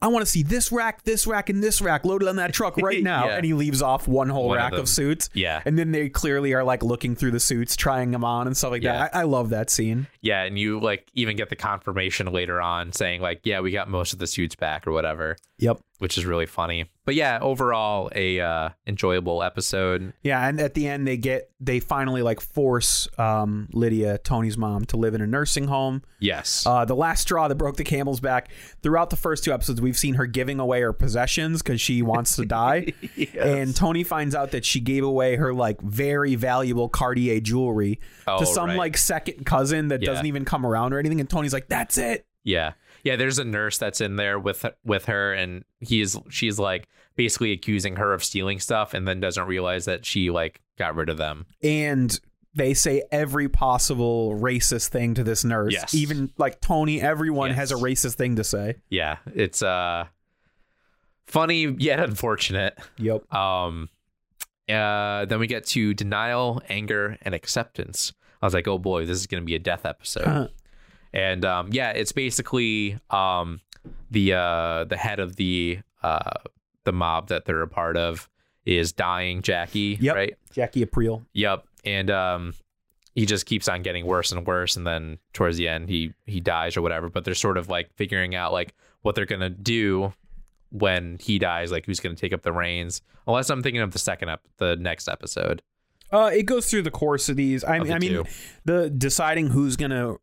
Speaker 3: I want to see this rack, this rack, and this rack loaded on that truck right now.
Speaker 2: Yeah.
Speaker 3: And he leaves off one whole
Speaker 2: One of
Speaker 3: rack of,
Speaker 2: them.
Speaker 3: suits.
Speaker 2: Yeah.
Speaker 3: And then they clearly are like looking through the suits, trying them on and stuff like that. I, I love that scene.
Speaker 2: Yeah, and you like even get the confirmation later on saying like, yeah, we got most of the suits back or whatever,
Speaker 3: Yep.
Speaker 2: which is really funny. But yeah, overall a uh enjoyable episode.
Speaker 3: Yeah, and at the end they get they finally like force um, Lydia, Tony's mom, to live in a nursing home.
Speaker 2: Yes.
Speaker 3: Uh, the last straw that broke the camel's back. Throughout the first two episodes, we've seen her giving away her possessions because she wants to die. And Tony finds out that she gave away her like very valuable Cartier jewelry
Speaker 2: Oh,
Speaker 3: to some
Speaker 2: right.
Speaker 3: like second cousin that
Speaker 2: Yeah.
Speaker 3: doesn't even come around or anything. And Tony's like, "That's it."
Speaker 2: yeah. Yeah, there's a nurse that's in there with with her and he is she's like basically accusing her of stealing stuff and then doesn't realize that she like got rid of them.
Speaker 3: And they say every possible racist thing to this nurse.
Speaker 2: Yes.
Speaker 3: Even like Tony, everyone
Speaker 2: Yes.
Speaker 3: has a racist thing to say.
Speaker 2: Yeah. It's uh funny yet unfortunate.
Speaker 3: Yep.
Speaker 2: Um, uh, then we get to denial, anger, and acceptance. I was like, oh boy, this is going to be a death episode. And um, yeah, it's basically um, the uh, the head of the uh, the mob that they're a part of is dying, Jackie.
Speaker 3: Yep.
Speaker 2: Right.
Speaker 3: Jackie Aprile.
Speaker 2: Yep. And um, he just keeps on getting worse and worse, and then towards the end, he he dies or whatever. But they're sort of like figuring out like what they're gonna do when he dies, like who's gonna take up the reins. Unless I'm thinking of the second up, the next episode.
Speaker 3: Uh, it goes through the course of these. I,
Speaker 2: Of the
Speaker 3: I
Speaker 2: two.
Speaker 3: mean, the deciding who's gonna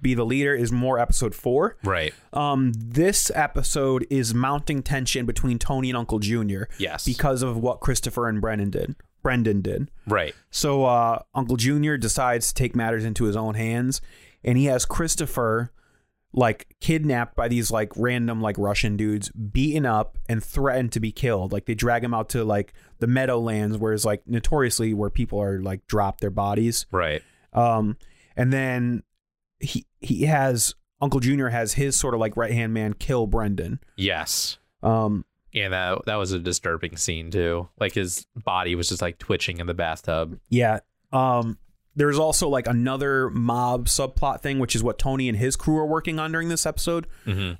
Speaker 3: be the leader is more episode four.
Speaker 2: Right.
Speaker 3: Um, this episode is mounting tension between Tony and Uncle Junior.
Speaker 2: Yes.
Speaker 3: because of what Christopher and Brendan did. Brendan did.
Speaker 2: Right.
Speaker 3: So uh, Uncle Junior decides to take matters into his own hands, and he has Christopher like kidnapped by these like random like Russian dudes, beaten up and threatened to be killed. Like they drag him out to like the meadowlands, where it's like notoriously where people are like drop their bodies.
Speaker 2: Right.
Speaker 3: Um, and then he he has Uncle Junior has his sort of like right hand man kill Brendan.
Speaker 2: Yes.
Speaker 3: Um,
Speaker 2: And that that was a disturbing scene too. Like his body was just like twitching in the bathtub.
Speaker 3: Yeah. Um there's also like another mob subplot thing, which is what Tony and his crew are working on during this episode.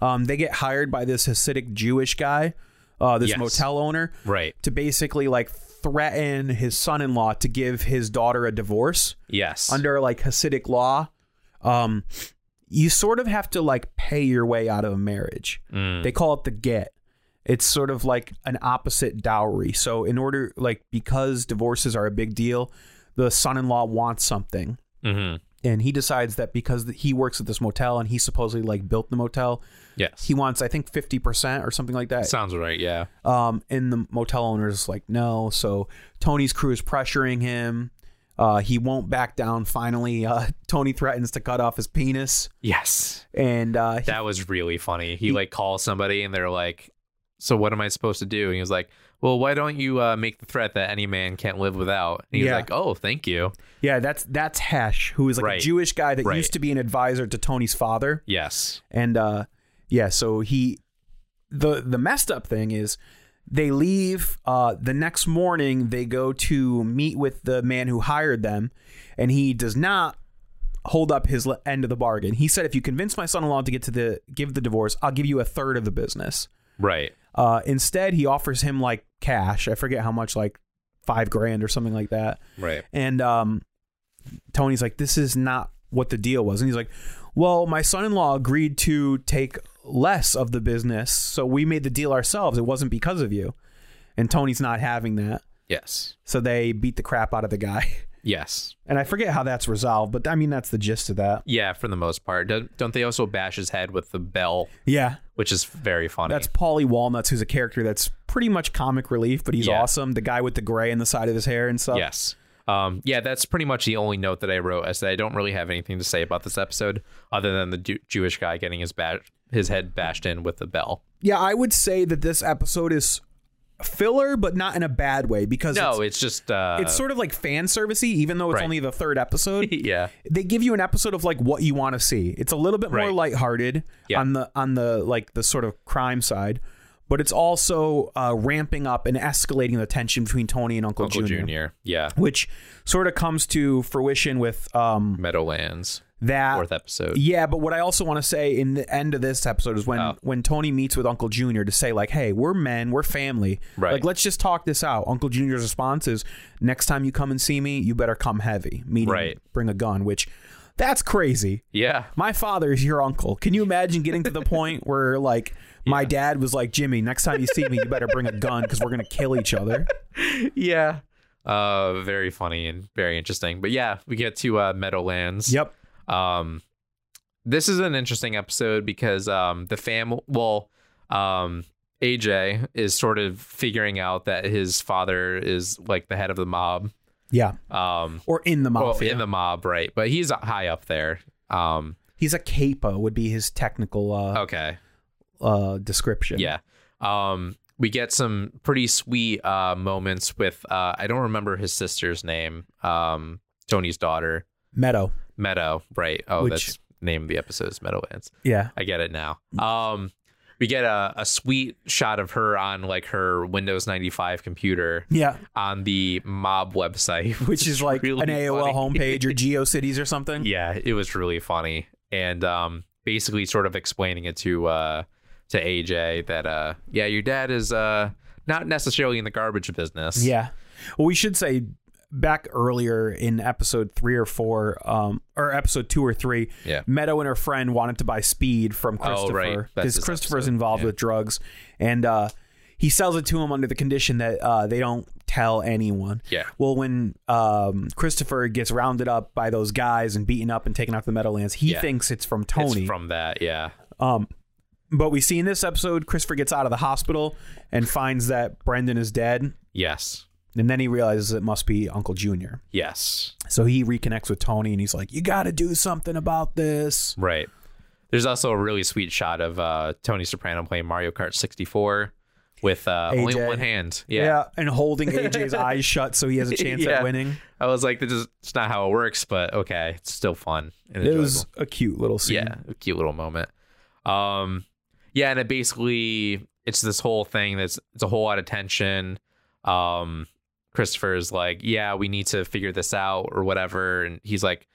Speaker 3: Um, they get hired by this Hasidic Jewish guy, uh, this
Speaker 2: Yes.
Speaker 3: motel owner,
Speaker 2: Right.
Speaker 3: to basically like threaten his son-in-law to give his daughter a divorce
Speaker 2: Yes.
Speaker 3: under like Hasidic law. Um, you sort of have to like pay your way out of a marriage. They call it the get. It's sort of like an opposite dowry. So in order like because divorces are a big deal, the son-in-law wants something.
Speaker 2: Mhm.
Speaker 3: And he decides that because th- he works at this motel and he supposedly like built the motel,
Speaker 2: Yes.
Speaker 3: he wants I think 50% or something like that.
Speaker 2: Sounds right. Yeah.
Speaker 3: Um, and the motel owner is like, no. So Tony's crew is pressuring him. Uh, he won't back down. Finally, uh, Tony threatens to cut off his penis,
Speaker 2: Yes.
Speaker 3: and uh,
Speaker 2: That was really funny. He like calls somebody and they're like, "So what am I supposed to do?" And he was like, "Well, why don't you uh, make the threat that any man can't live without?" And he
Speaker 3: Yeah.
Speaker 2: was like, "Oh, thank you."
Speaker 3: yeah, that's that's Hesh, who is like a
Speaker 2: Right.
Speaker 3: Jewish guy that
Speaker 2: Right.
Speaker 3: used to be an advisor to Tony's father,
Speaker 2: Yes.
Speaker 3: and uh, yeah, so he the the messed up thing is They leave. Uh, the next morning, they go to meet with the man who hired them, and he does not hold up his le- end of the bargain. He said, "If you convince my son-in-law to get to the give the divorce, I'll give you a third of the business."
Speaker 2: Right.
Speaker 3: Uh, instead, he offers him like cash. I forget how much, like five grand or something like that.
Speaker 2: Right.
Speaker 3: And um, Tony's like, this is not what the deal was. And he's like, well, my son in law agreed to take less of the business. So we made the deal ourselves. It wasn't because of you. And Tony's not having that.
Speaker 2: Yes.
Speaker 3: So they beat the crap out of the guy.
Speaker 2: Yes.
Speaker 3: And I forget how that's resolved, but I mean, that's the gist of that.
Speaker 2: Yeah, for the most part. Don't, don't they also bash his head with the bell,
Speaker 3: Yeah.
Speaker 2: which is very funny.
Speaker 3: That's Paulie Walnuts, who's a character that's pretty much comic relief, but he's
Speaker 2: Yeah.
Speaker 3: awesome. The guy with the gray in the side of his hair and stuff.
Speaker 2: Yes. Um, yeah, that's pretty much the only note that I wrote. As I don't really have anything to say about this episode, other than the Ju- Jewish guy getting his ba- his head bashed in with the bell.
Speaker 3: Yeah, I would say that this episode is filler, but not in a bad way because
Speaker 2: No,
Speaker 3: it's,
Speaker 2: it's just uh,
Speaker 3: it's sort of like fan servicey, even though it's
Speaker 2: Right.
Speaker 3: only the third episode.
Speaker 2: yeah,
Speaker 3: they give you an episode of like what you want to see. It's a little bit more
Speaker 2: Right.
Speaker 3: lighthearted
Speaker 2: Yeah.
Speaker 3: on the on the like the sort of crime side, but it's also uh, ramping up and escalating the tension between Tony and Uncle,
Speaker 2: Uncle
Speaker 3: Junior,
Speaker 2: Junior. Yeah,
Speaker 3: which sort of comes to fruition with um,
Speaker 2: Meadowlands
Speaker 3: that
Speaker 2: fourth episode.
Speaker 3: yeah, but what I also want to say in the end of this episode is when
Speaker 2: Oh.
Speaker 3: when Tony meets with Uncle Junior to say like, "Hey, we're men, we're family.
Speaker 2: Right.
Speaker 3: Like, let's just talk this out." Uncle Junior's response is, "Next time you come and see me, you better come heavy. Meaning,
Speaker 2: Right.
Speaker 3: bring a gun." Which, that's crazy.
Speaker 2: Yeah,
Speaker 3: My father is your uncle. Can you imagine getting to the point where like my dad was like, "Jimmy, next time you see me, you better bring a gun because we're gonna kill each other."
Speaker 2: yeah. Uh, very funny and very interesting. But yeah, we get to uh, Meadowlands.
Speaker 3: Yep.
Speaker 2: Um, this is an interesting episode because um, the fam, well, um, AJ is sort of figuring out that his father is like the head of the mob.
Speaker 3: Yeah.
Speaker 2: Um,
Speaker 3: Or in the
Speaker 2: well,
Speaker 3: mafia.
Speaker 2: in the mob, right? But he's high up there. Um,
Speaker 3: He's a capo would be his technical uh,
Speaker 2: okay,
Speaker 3: uh,
Speaker 2: Oh.
Speaker 3: description.
Speaker 2: yeah. Um, we get some pretty sweet uh moments with uh, I don't remember his sister's name. Um, Tony's daughter,
Speaker 3: Meadow.
Speaker 2: Meadow, right? Oh,
Speaker 3: Which-
Speaker 2: that's name of the episode is Meadowlands.
Speaker 3: Yeah.
Speaker 2: I get it now. Um, we get a, a sweet shot of her on like her Windows 95 computer
Speaker 3: Yeah.
Speaker 2: on the mob website,
Speaker 3: which is like
Speaker 2: really
Speaker 3: an AOL
Speaker 2: funny.
Speaker 3: homepage or GeoCities or something.
Speaker 2: Yeah, it was really funny, and um, basically sort of explaining it to uh, to AJ that uh, yeah, your dad is uh, not necessarily in the garbage business.
Speaker 3: Yeah. Well, we should say back earlier in episode three or four, um, or episode two or three,
Speaker 2: Yeah.
Speaker 3: Meadow and her friend wanted to buy speed from
Speaker 2: Oh, right.
Speaker 3: Christopher
Speaker 2: That's
Speaker 3: because
Speaker 2: this
Speaker 3: Christopher's
Speaker 2: episode.
Speaker 3: involved with drugs, and uh, he sells it to him under the condition that uh, they don't tell anyone.
Speaker 2: Yeah.
Speaker 3: Well, when um, Christopher gets rounded up by those guys and beaten up and taken out to the Meadowlands, he
Speaker 2: Yeah.
Speaker 3: thinks it's from
Speaker 2: It's
Speaker 3: Tony.
Speaker 2: from that. Yeah,
Speaker 3: but we see in this episode, Christopher gets out of the hospital and finds that Brendan is dead.
Speaker 2: yes,
Speaker 3: And then he realizes it must be Uncle Junior.
Speaker 2: yes.
Speaker 3: So he reconnects with Tony and he's like, You got to do something about this.
Speaker 2: Right. There's also a really sweet shot of uh, Tony Soprano playing Mario Kart 64 with uh, only
Speaker 3: AJ.
Speaker 2: one hand. Yeah.
Speaker 3: And holding AJ's eyes shut so he has a chance
Speaker 2: Yeah.
Speaker 3: at winning.
Speaker 2: I was like, this is it's not how it works, but okay, it's still fun. And
Speaker 3: It was a cute little scene.
Speaker 2: yeah, a cute little moment. Um, yeah, and it basically it's this whole thing that's it's a whole lot of tension. Um, Christopher is like, yeah, we need to figure this out or whatever, and he's like,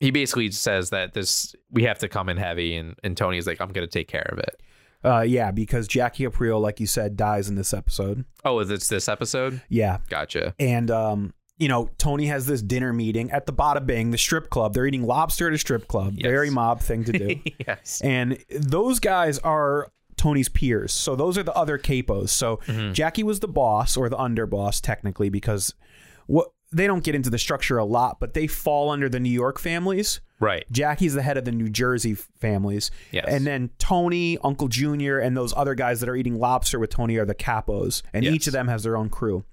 Speaker 2: he basically says that this we have to come in heavy, and and Tony's like, I'm gonna take care of it.
Speaker 3: Uh, yeah, because Jackie Aprile, like you said, dies in this episode.
Speaker 2: Oh, is it's this episode?
Speaker 3: Yeah.
Speaker 2: Gotcha.
Speaker 3: And, um, you know, Tony has this dinner meeting at the Bada Bing, the strip club. They're eating lobster at a strip club.
Speaker 2: Yes.
Speaker 3: Very mob thing to do.
Speaker 2: yes.
Speaker 3: and those guys are Tony's peers. So those are the other capos. So Jackie was the boss or the underboss technically because what they don't get into the structure a lot, but they fall under the New York families.
Speaker 2: Right.
Speaker 3: Jackie's the head of the New Jersey f- families.
Speaker 2: Yes.
Speaker 3: And then Tony, Uncle Junior, and those other guys that are eating lobster with Tony are the capos. And
Speaker 2: Yes.
Speaker 3: each of them has their own crew.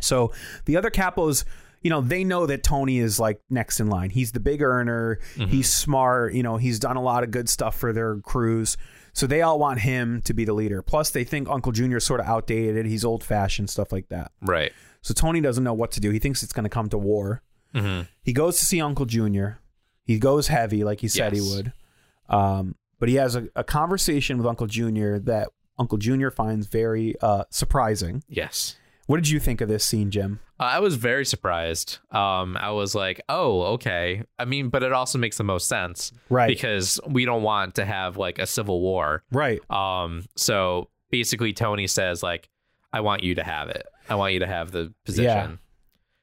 Speaker 3: So the other capos, you know, they know that Tony is like next in line. He's the big earner.
Speaker 2: Mm-hmm.
Speaker 3: He's smart. You know, he's done a lot of good stuff for their crews. So they all want him to be the leader. Plus, they think Uncle Junior sort of outdated. He's old fashioned, stuff like that.
Speaker 2: Right.
Speaker 3: So Tony doesn't know what to do. He thinks it's going to come to war.
Speaker 2: Mm-hmm.
Speaker 3: He goes to see Uncle Junior. He goes heavy, like he said he
Speaker 2: Yes.
Speaker 3: would. Um, but he has a, a conversation with Uncle Junior that Uncle Junior finds very uh, surprising.
Speaker 2: Yes.
Speaker 3: What did you think of this scene, Jim?
Speaker 2: I was very surprised. Um, I was like, oh, okay. I mean, but it also makes the most sense.
Speaker 3: Right.
Speaker 2: Because we don't want to have like a civil war.
Speaker 3: Right.
Speaker 2: Um, so basically Tony says, like, I want you to have it. I want you to have the position.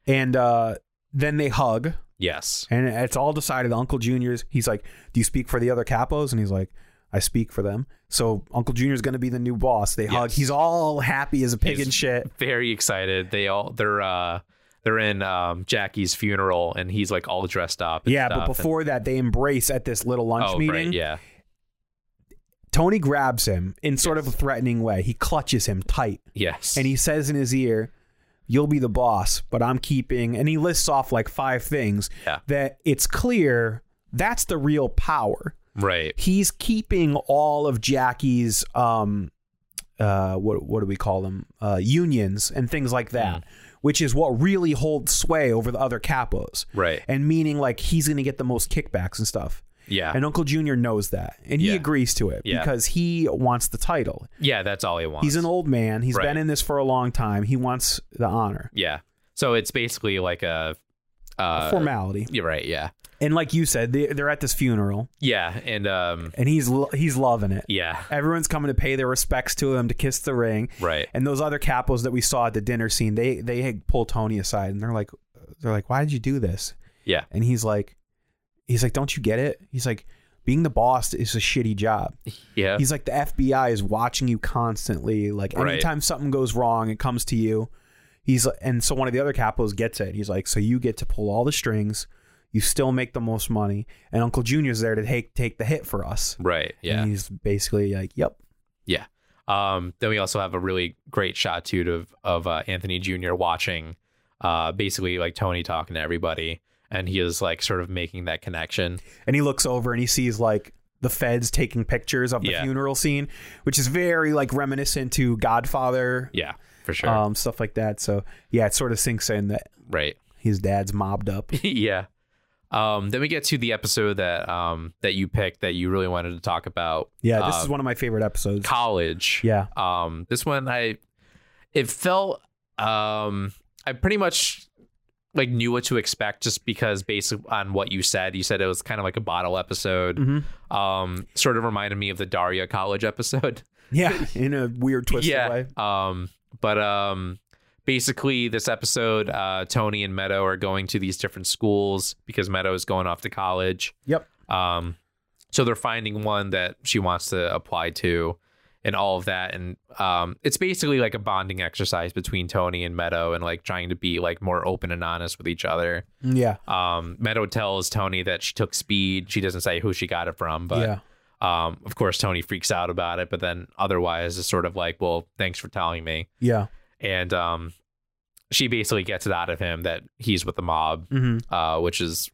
Speaker 3: And uh, then they hug,
Speaker 2: Yes.
Speaker 3: and it's all decided. Uncle Junior's, he's like, Do you speak for the other capos? And he's like, I speak for them. So Uncle Junior's going to be the new boss. They hug.
Speaker 2: Yes.
Speaker 3: He's all happy as a pig
Speaker 2: He's-
Speaker 3: and shit.
Speaker 2: Very excited. They all they're uh they're in um Jackie's funeral and he's like all dressed up. and
Speaker 3: Yeah, but
Speaker 2: stuff, and-
Speaker 3: before that, they embrace at this little lunch
Speaker 2: oh,
Speaker 3: meeting.
Speaker 2: Right, yeah.
Speaker 3: Tony grabs him in sort of a threatening way. He clutches him tight
Speaker 2: Yes.
Speaker 3: and he says in his ear, You'll be the boss, but I'm keeping. And he lists off like five things
Speaker 2: Yeah.
Speaker 3: that it's clear that's the real power.
Speaker 2: right.
Speaker 3: He's keeping all of Jackie's, um, uh, what, what do we call them? Uh, unions and things like
Speaker 2: Mm.
Speaker 3: that, which is what really holds sway over the other capos.
Speaker 2: Right.
Speaker 3: And meaning like he's going to get the most kickbacks and stuff.
Speaker 2: Yeah.
Speaker 3: And Uncle Junior knows that, and he
Speaker 2: Yeah.
Speaker 3: agrees to it
Speaker 2: Yeah.
Speaker 3: because he wants the title.
Speaker 2: yeah, that's all he wants.
Speaker 3: He's an old man. He's
Speaker 2: Right.
Speaker 3: been in this for a long time. He wants the honor,
Speaker 2: Yeah. So it's basically like a uh
Speaker 3: formality.
Speaker 2: You're right, yeah.
Speaker 3: And like you said, they, they're at this funeral,
Speaker 2: Yeah, and um
Speaker 3: and he's lo- he's loving it.
Speaker 2: yeah.
Speaker 3: Everyone's coming to pay their respects to him to kiss the ring.
Speaker 2: Right.
Speaker 3: And those other capos that we saw at the dinner scene, they they had pulled Tony aside and they're like, they're like, why did you do this?
Speaker 2: Yeah.
Speaker 3: And he's like, he's like, don't you get it? He's like, being the boss is a shitty job.
Speaker 2: Yeah.
Speaker 3: He's like the FBI is watching you constantly. Like
Speaker 2: Right.
Speaker 3: anytime something goes wrong, it comes to you. He's and so one of the other capos gets it. He's like, so you get to pull all the strings. You still make the most money, and Uncle Junior's there to take take the hit for us.
Speaker 2: right. Yeah.
Speaker 3: And he's basically like, yep,
Speaker 2: Yeah. Um, then we also have a really great shot too of of uh, Anthony Jr. watching, uh, basically like Tony talking to everybody, and he is like sort of making that connection.
Speaker 3: and he looks over and he sees like the feds taking pictures of the
Speaker 2: Yeah.
Speaker 3: funeral scene, which is very like reminiscent to Godfather,
Speaker 2: Yeah, for sure.
Speaker 3: um, stuff like that. So yeah, it sort of sinks in that
Speaker 2: right.
Speaker 3: his dad's mobbed up.
Speaker 2: yeah. Um, then we get to the episode that um that you picked that you really wanted to talk about.
Speaker 3: Yeah, this
Speaker 2: uh,
Speaker 3: is one of my favorite episodes.
Speaker 2: college.
Speaker 3: Yeah.
Speaker 2: Um, this one I it felt um I pretty much like knew what to expect just because based on what you said, you said it was kind of like a bottle episode.
Speaker 3: Mm-hmm.
Speaker 2: Um, sort of reminded me of the Daria college episode.
Speaker 3: Yeah, in a weird twisted way.
Speaker 2: Um, but um, basically, this episode, uh, Tony and Meadow are going to these different schools because Meadow is going off to college.
Speaker 3: Yep.
Speaker 2: Um, so they're finding one that she wants to apply to and all of that. And um, it's basically like a bonding exercise between Tony and Meadow and like trying to be like more open and honest with each other.
Speaker 3: Yeah.
Speaker 2: Um, Meadow tells Tony that she took speed. She doesn't say who she got it from, but
Speaker 3: yeah.
Speaker 2: um, of course, Tony freaks out about it, but then otherwise is sort of like, well, thanks for telling me.
Speaker 3: Yeah.
Speaker 2: And um, she basically gets it out of him that he's with the mob,
Speaker 3: Mm-hmm.
Speaker 2: uh, which is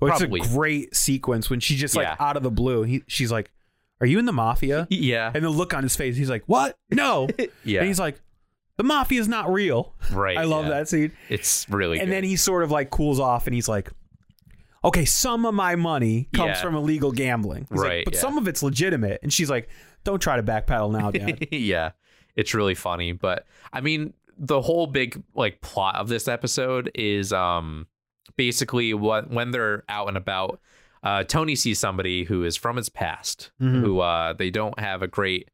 Speaker 3: Well,
Speaker 2: Probably.
Speaker 3: It's a great sequence when she's just like
Speaker 2: Yeah.
Speaker 3: out of the blue. He, she's like, "Are you in the mafia?"
Speaker 2: yeah,
Speaker 3: And the look on his face, he's like, "What? No."
Speaker 2: yeah,
Speaker 3: And he's like, "The mafia's not real."
Speaker 2: right.
Speaker 3: I love
Speaker 2: yeah.
Speaker 3: that scene.
Speaker 2: It's really
Speaker 3: and
Speaker 2: good.
Speaker 3: then he sort of like cools off and he's like, "Okay, some of my money comes
Speaker 2: Yeah.
Speaker 3: from illegal gambling, He's like,
Speaker 2: Right,
Speaker 3: but
Speaker 2: yeah.
Speaker 3: some of it's legitimate." And she's like, "Don't try to backpedal now, Dad."
Speaker 2: yeah, it's really funny. But I mean, the whole big like plot of this episode is um basically what when they're out and about, uh, Tony sees somebody who is from his past,
Speaker 3: Mm-hmm.
Speaker 2: who uh they don't have a great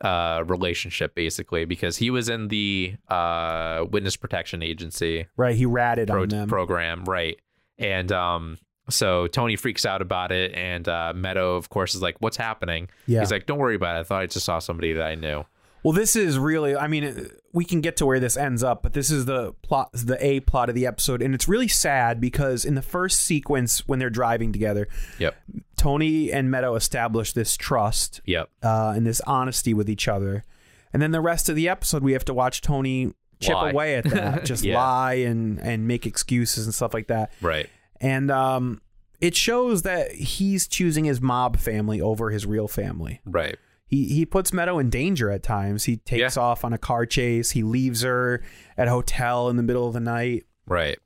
Speaker 2: uh relationship basically because he was in the uh witness protection agency
Speaker 3: right? He ratted
Speaker 2: pro-
Speaker 3: on them.
Speaker 2: program, right? And um, so Tony freaks out about it, and uh, Meadow, of course, is like, "What's happening?"
Speaker 3: Yeah.
Speaker 2: He's like, "Don't worry about it. I thought I just saw somebody that I knew."
Speaker 3: Well, this is really. I mean, we can get to where this ends up, but this is the plot, the A plot of the episode, and it's really sad because in the first sequence when they're driving together,
Speaker 2: Yep.
Speaker 3: Tony and Meadow establish this trust
Speaker 2: Yep.
Speaker 3: uh, and this honesty with each other, and then the rest of the episode we have to watch Tony chip
Speaker 2: Lie.
Speaker 3: away at that, just
Speaker 2: Yeah.
Speaker 3: lie and and make excuses and stuff like that,
Speaker 2: Right.
Speaker 3: and um, it shows that he's choosing his mob family over his real family
Speaker 2: Right.
Speaker 3: he he puts Meadow in danger at times. He takes
Speaker 2: Yeah.
Speaker 3: off on a car chase. He leaves her at a hotel in the middle of the night.
Speaker 2: Right.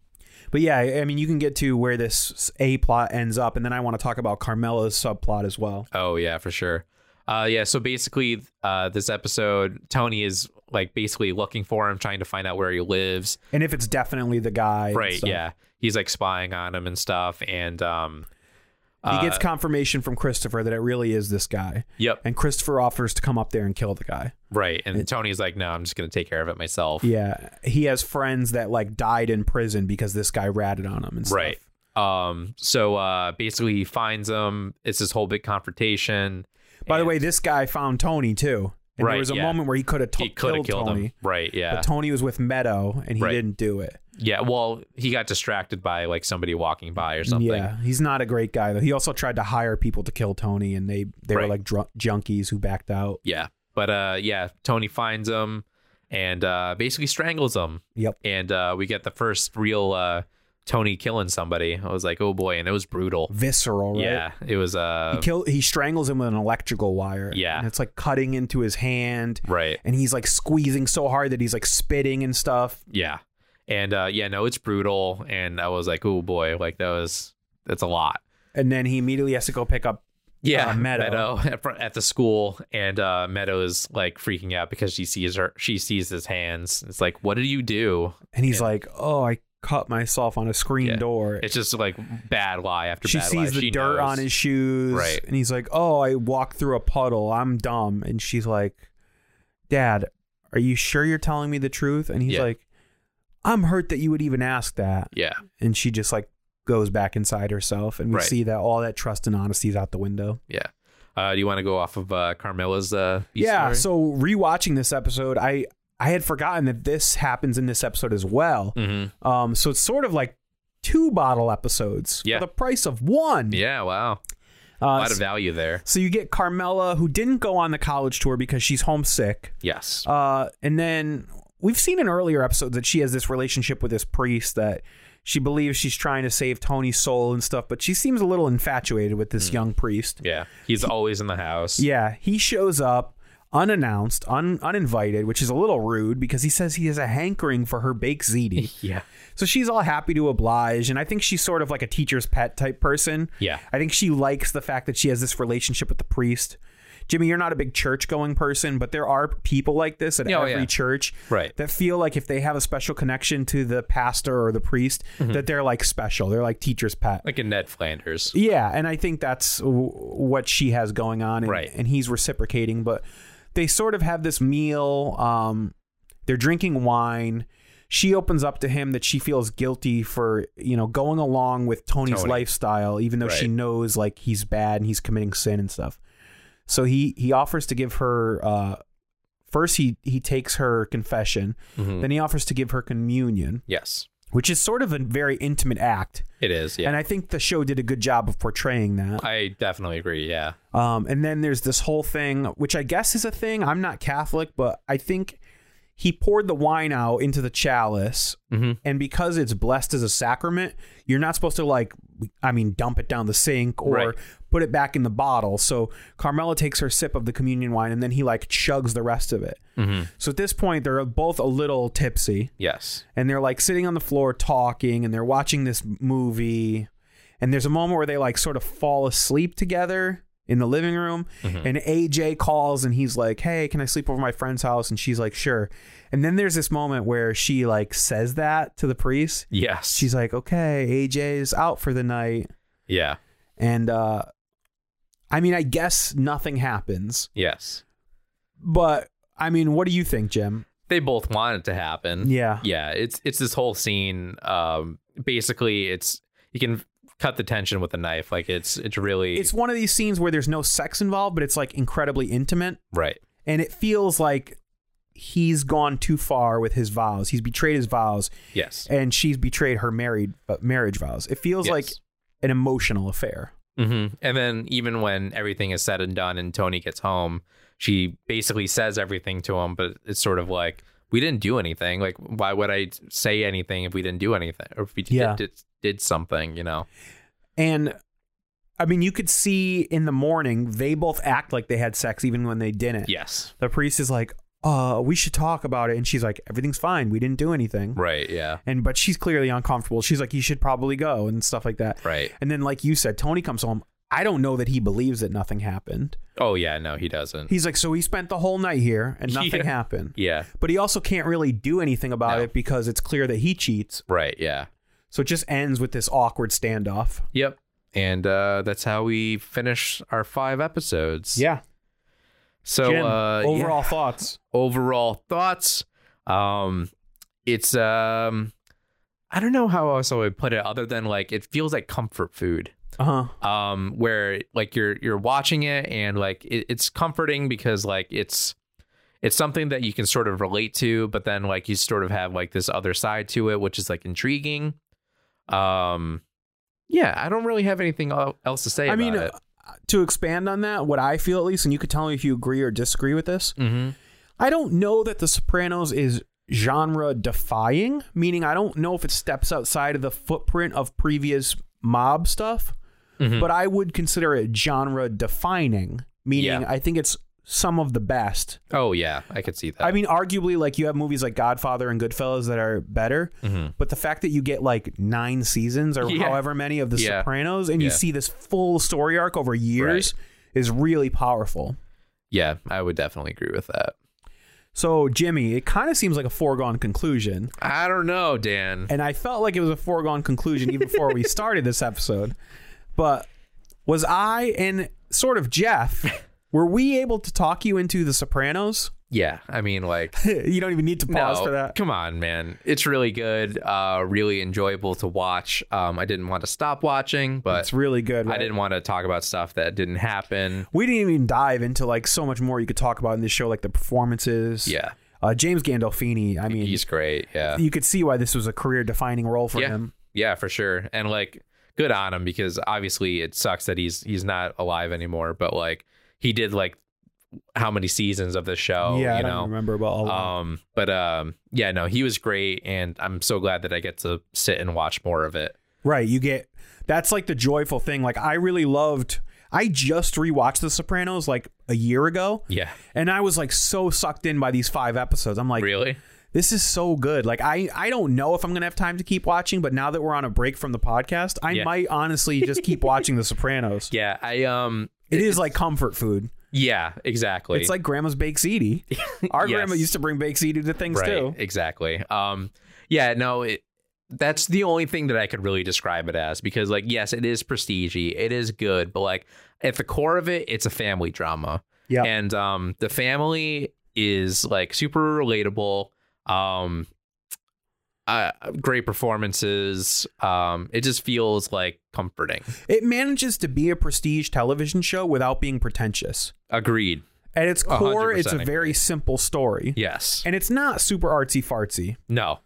Speaker 3: But yeah, I I mean, you can get to where this A plot ends up, and then I want to talk about Carmela's subplot as well.
Speaker 2: Oh yeah, for sure. Uh, yeah. So basically, uh, this episode, Tony is like basically looking for him, trying to find out where he lives.
Speaker 3: and if it's definitely the guy, and
Speaker 2: right.
Speaker 3: stuff.
Speaker 2: Yeah. He's like spying on him and stuff. And um,
Speaker 3: he
Speaker 2: Uh,
Speaker 3: gets confirmation from Christopher that it really is this guy,
Speaker 2: yep.
Speaker 3: and Christopher offers to come up there and kill the guy.
Speaker 2: right. And Tony's like, no, I'm just gonna take care of it myself.
Speaker 3: Yeah, he has friends that like died in prison because this guy ratted on him and stuff.
Speaker 2: Right. Um. So uh, basically, he finds him. It's this whole big confrontation.
Speaker 3: By the way, this guy found Tony too. And
Speaker 2: Right,
Speaker 3: there was a
Speaker 2: yeah.
Speaker 3: moment where he could have
Speaker 2: He
Speaker 3: t-
Speaker 2: could
Speaker 3: killed,
Speaker 2: have killed
Speaker 3: Tony,
Speaker 2: him. Right. Yeah.
Speaker 3: but Tony was with Meadow and he
Speaker 2: Right.
Speaker 3: didn't do it.
Speaker 2: yeah. Well, he got distracted by like somebody walking by or something.
Speaker 3: Yeah, he's not a great guy though. He also tried to hire people to kill Tony, and they they were
Speaker 2: Right.
Speaker 3: like drunk junkies who backed out.
Speaker 2: Yeah. But uh yeah, Tony finds him and uh basically strangles him.
Speaker 3: Yep.
Speaker 2: And uh we get the first real uh Tony killing somebody. I was like, "Oh boy," and it was brutal.
Speaker 3: Visceral, right?
Speaker 2: Yeah. It was
Speaker 3: He
Speaker 2: uh
Speaker 3: kill he strangles him with an electrical wire.
Speaker 2: Yeah.
Speaker 3: And it's like cutting into his hand.
Speaker 2: right.
Speaker 3: And he's like squeezing so hard that he's like spitting and stuff.
Speaker 2: Yeah. And uh yeah, no, it's brutal and I was like, "Oh boy," like that was that's a lot.
Speaker 3: And then he immediately has to go pick up
Speaker 2: Yeah,
Speaker 3: Uh, Meadow.
Speaker 2: at, fr- at the school, and uh, Meadow is like freaking out because she sees her. She sees his hands. It's like, what did you do?
Speaker 3: and he's like, Oh, I cut myself on a screen
Speaker 2: Yeah.
Speaker 3: door.
Speaker 2: It's just like bad lie after
Speaker 3: she
Speaker 2: bad
Speaker 3: sees
Speaker 2: lie.
Speaker 3: the
Speaker 2: She
Speaker 3: dirt
Speaker 2: knows.
Speaker 3: on his shoes.
Speaker 2: Right.
Speaker 3: And he's like, Oh, I walked through a puddle. I'm dumb. And she's like, Dad, are you sure you're telling me the truth? And he's
Speaker 2: Yeah.
Speaker 3: like, I'm hurt that you would even ask that.
Speaker 2: Yeah,
Speaker 3: And she just like goes back inside herself. And we
Speaker 2: Right.
Speaker 3: see that all that trust and honesty is out the window.
Speaker 2: yeah. Uh, do you want to go off of uh, Carmilla's? Uh, B
Speaker 3: yeah.
Speaker 2: story?
Speaker 3: So rewatching this episode, I I had forgotten that this happens in this episode as well.
Speaker 2: Mhm.
Speaker 3: Um, so it's sort of like two bottle episodes
Speaker 2: Yeah.
Speaker 3: for the price of one.
Speaker 2: yeah. Wow, a
Speaker 3: Uh,
Speaker 2: lot of value there.
Speaker 3: So you get Carmela, who didn't go on the college tour because she's homesick.
Speaker 2: Yes.
Speaker 3: Uh, and then we've seen in earlier episodes that she has this relationship with this priest that she believes she's trying to save Tony's soul and stuff, but she seems a little infatuated with this young priest.
Speaker 2: yeah, he's always in the house.
Speaker 3: Yeah, he shows up unannounced, un- uninvited, which is a little rude because he says he has a hankering for her baked ziti.
Speaker 2: yeah,
Speaker 3: So she's all happy to oblige, and I think she's sort of like a teacher's pet type person.
Speaker 2: Yeah.
Speaker 3: I think she likes the fact that she has this relationship with the priest. Jimmy, you're not a big church going person, but there are people like this at
Speaker 2: Yeah, oh,
Speaker 3: every
Speaker 2: yeah.
Speaker 3: church
Speaker 2: Right.
Speaker 3: that feel like if they have a special connection to the pastor or the priest,
Speaker 2: Mm-hmm.
Speaker 3: that they're like special. They're like teacher's pet.
Speaker 2: like a Ned Flanders.
Speaker 3: Yeah, and I think that's w- what she has going on, and,
Speaker 2: Right.
Speaker 3: and he's reciprocating. But they sort of have this meal. Um, they're drinking wine. She opens up to him that she feels guilty for you know going along with Tony's
Speaker 2: Tony.
Speaker 3: lifestyle, even though she
Speaker 2: Right.
Speaker 3: knows like he's bad and he's committing sin and stuff. So he he offers to give her. Uh, first, he he takes her confession.
Speaker 2: Mm-hmm.
Speaker 3: Then he offers to give her communion,
Speaker 2: Yes,
Speaker 3: which is sort of a very intimate act.
Speaker 2: it is. Yeah,
Speaker 3: And uh, I think the show did a good job of portraying that.
Speaker 2: I definitely agree. Yeah,
Speaker 3: Um, and then there's this whole thing, which I guess is a thing. I'm not Catholic, but I think he poured the wine out into the chalice.
Speaker 2: Mm-hmm.
Speaker 3: And because it's blessed as a sacrament, you're not supposed to, like, I mean, dump it down the sink or
Speaker 2: Right.
Speaker 3: put it back in the bottle. So Carmela takes her sip of the communion wine and then he, like, chugs the rest of it.
Speaker 2: Mm-hmm.
Speaker 3: So at this point, they're both a little tipsy
Speaker 2: yes,
Speaker 3: and they're like sitting on the floor talking and they're watching this movie and there's a moment where they like sort of fall asleep together in the living room and AJ calls and he's like, "Hey, can I sleep over at my friend's house?" and she's like, "Sure." And then there's this moment where she like says that to the priest.
Speaker 2: yes.
Speaker 3: She's like, "Okay, AJ's out for the night."
Speaker 2: yeah,
Speaker 3: And uh I mean, I guess nothing happens.
Speaker 2: yes.
Speaker 3: But I mean, what do you think, Jim?
Speaker 2: they both want it to happen.
Speaker 3: Yeah.
Speaker 2: Yeah. It's it's this whole scene. Um basically it's you can cut the tension with a knife. Like it's it's really
Speaker 3: It's one of these scenes where there's no sex involved, but it's like incredibly intimate.
Speaker 2: right.
Speaker 3: and it feels like he's gone too far with his vows. He's betrayed his vows,
Speaker 2: Yes.
Speaker 3: and she's betrayed her married uh, marriage vows. It feels
Speaker 2: Yes.
Speaker 3: like an emotional affair.
Speaker 2: hmm And then even when everything is said and done and Tony gets home, she basically says everything to him, but it's sort of like we didn't do anything. Like why would I say anything if we didn't do anything or if we
Speaker 3: Yeah.
Speaker 2: did, did did something, you know?
Speaker 3: And I mean, you could see in the morning they both act like they had sex even when they didn't.
Speaker 2: Yes.
Speaker 3: The priest is like, "Uh, we should talk about it," and she's like, "Everything's fine. We didn't do anything."
Speaker 2: Right, yeah.
Speaker 3: And but she's clearly uncomfortable. She's like, "You should probably go," and stuff like that.
Speaker 2: Right.
Speaker 3: And then, like you said, Tony comes home. I don't know that he believes that nothing happened.
Speaker 2: Oh yeah, no, he doesn't.
Speaker 3: He's like, so he spent the whole night here and nothing
Speaker 2: Yeah.
Speaker 3: happened.
Speaker 2: yeah,
Speaker 3: But he also can't really do anything about
Speaker 2: No.
Speaker 3: it because it's clear that he cheats.
Speaker 2: right. Yeah,
Speaker 3: So it just ends with this awkward standoff.
Speaker 2: yep. And uh, that's how we finish our five episodes.
Speaker 3: Yeah.
Speaker 2: So
Speaker 3: Jim,
Speaker 2: uh, yeah.
Speaker 3: overall thoughts.
Speaker 2: overall thoughts. Um, it's um, I don't know how else I would put it other than like it feels like comfort food.
Speaker 3: Uh huh.
Speaker 2: um where like you're you're watching it and like it, it's comforting because like it's it's something that you can sort of relate to but then like you sort of have like this other side to it which is like intriguing um yeah i don't really have anything el- else to say
Speaker 3: I mean,
Speaker 2: about
Speaker 3: uh, to expand on that, what I feel at least, and you could tell me if you agree or disagree with this.
Speaker 2: it mm-hmm.
Speaker 3: I don't know that The Sopranos is genre defying, meaning I don't know if it steps outside of the footprint of previous mob stuff,
Speaker 2: Mm-hmm.
Speaker 3: but I would consider it genre defining, meaning
Speaker 2: Yeah.
Speaker 3: I think it's some of the best.
Speaker 2: oh yeah i could see that
Speaker 3: I mean, arguably, like you have movies like Godfather and Goodfellas that are better, but the fact that you get like nine seasons or
Speaker 2: Mm-hmm. Yeah.
Speaker 3: however many of The
Speaker 2: Yeah.
Speaker 3: Sopranos and you
Speaker 2: Yeah.
Speaker 3: see this full story arc over years is really powerful.
Speaker 2: yeah i would definitely agree with that
Speaker 3: So, Jimmy, it kind of seems like a foregone conclusion.
Speaker 2: i don't know dan
Speaker 3: and I felt like it was a foregone conclusion even before we started this episode. But was I and sort of Jeff, were we able to talk you into The Sopranos?
Speaker 2: yeah i mean like
Speaker 3: you don't even need to pause for that.
Speaker 2: Come on, man. It's really good. Uh, really enjoyable to watch. Um, I didn't want to stop watching, but
Speaker 3: It's really good.
Speaker 2: I
Speaker 3: right?
Speaker 2: didn't want to talk about stuff that didn't happen.
Speaker 3: We didn't even dive into like so much more you could talk about in this show, like the performances.
Speaker 2: Yeah.
Speaker 3: Uh, James Gandolfini. I mean,
Speaker 2: He's great. Yeah.
Speaker 3: you could see why this was a career-defining role for
Speaker 2: yeah.
Speaker 3: him.
Speaker 2: Yeah, for sure. And like, good on him because obviously it sucks that he's he's not alive anymore. But like, he did like how many seasons of the show?
Speaker 3: yeah, I
Speaker 2: Oh, you
Speaker 3: don't
Speaker 2: know.
Speaker 3: remember about all. of
Speaker 2: Um, but um, yeah, no, he was great, and I'm so glad that I get to sit and watch more of it.
Speaker 3: Right. You get that's like the joyful thing. Like I really loved I just rewatched The Sopranos like a year ago.
Speaker 2: Yeah.
Speaker 3: And I was like so sucked in by these five episodes. I'm like,
Speaker 2: Really?
Speaker 3: this is so good. Like I I don't know if I'm gonna have time to keep watching, but now that we're on a break from the podcast, I
Speaker 2: Yeah.
Speaker 3: might honestly just keep watching The Sopranos.
Speaker 2: Yeah. I um.
Speaker 3: it is like comfort food.
Speaker 2: Yeah, exactly.
Speaker 3: It's like grandma's baked ziti. Our
Speaker 2: Yes.
Speaker 3: grandma used to bring baked ziti to things
Speaker 2: right,
Speaker 3: too.
Speaker 2: exactly. Um, yeah, no, it, that's the only thing that I could really describe it as because, like, yes, it is prestigey, it is good, but like at the core of it, it's a family drama.
Speaker 3: Yeah.
Speaker 2: and um, the family is like super relatable. Um, uh, great performances. Um, it just feels like comforting.
Speaker 3: It manages to be a prestige television show without being pretentious.
Speaker 2: Agreed.
Speaker 3: At its core, it's a
Speaker 2: 100%
Speaker 3: very simple story.
Speaker 2: Yes.
Speaker 3: And it's not super artsy fartsy.
Speaker 2: No.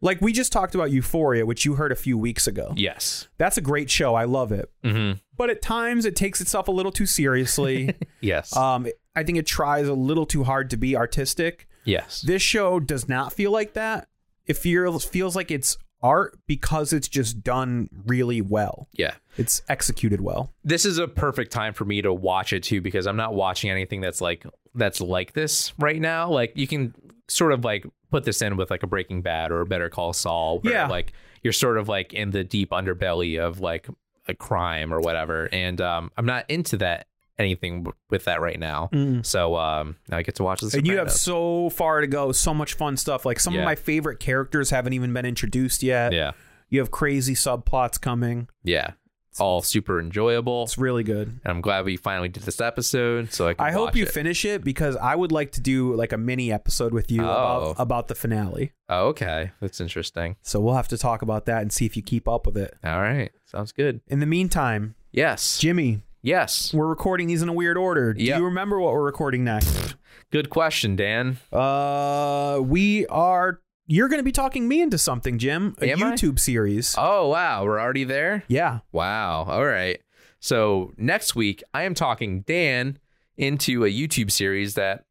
Speaker 3: Like we just talked about Euphoria, which you heard a few weeks ago.
Speaker 2: Yes.
Speaker 3: That's a great show. I love it.
Speaker 2: hmm
Speaker 3: But at times it takes itself a little too seriously.
Speaker 2: Yes.
Speaker 3: um, I think it tries a little too hard to be artistic.
Speaker 2: yes.
Speaker 3: This show does not feel like that. It feels feels like it's art because it's just done really well.
Speaker 2: yeah.
Speaker 3: It's executed well.
Speaker 2: this is a perfect time for me to watch it too because I'm not watching anything that's like that's like this right now. Like you can sort of like put this in with like a Breaking Bad or a Better Call Saul. Where
Speaker 3: Yeah.
Speaker 2: Like you're sort of like in the deep underbelly of like a crime or whatever, and um, I'm not into that anything w- with that right now. So um, now I get to watch this.
Speaker 3: And you have so far to go, so much fun stuff. Like some of
Speaker 2: Yeah.
Speaker 3: my favorite characters haven't even been introduced yet.
Speaker 2: yeah,
Speaker 3: You have crazy subplots coming.
Speaker 2: yeah, it's all super enjoyable.
Speaker 3: It's really good.
Speaker 2: And I'm glad we finally did this episode. So I, can
Speaker 3: I hope
Speaker 2: watch
Speaker 3: you
Speaker 2: it.
Speaker 3: finish it because I would like to do like a mini episode with you about,
Speaker 2: Oh.
Speaker 3: about the finale.
Speaker 2: Oh, okay, that's interesting.
Speaker 3: So we'll have to talk about that and see if you keep up with it.
Speaker 2: All right, sounds good.
Speaker 3: In the meantime,
Speaker 2: Yes.
Speaker 3: Jimmy,
Speaker 2: Yes.
Speaker 3: we're recording these in a weird order. Do
Speaker 2: Yeah.
Speaker 3: you remember what we're recording next?
Speaker 2: Good question, Dan.
Speaker 3: uh, we are. You're going to be talking me into something, Jim. A
Speaker 2: Am I?
Speaker 3: YouTube series.
Speaker 2: Oh, wow. We're already there?
Speaker 3: yeah.
Speaker 2: Wow. All right. So next week, I am talking Dan into a YouTube series that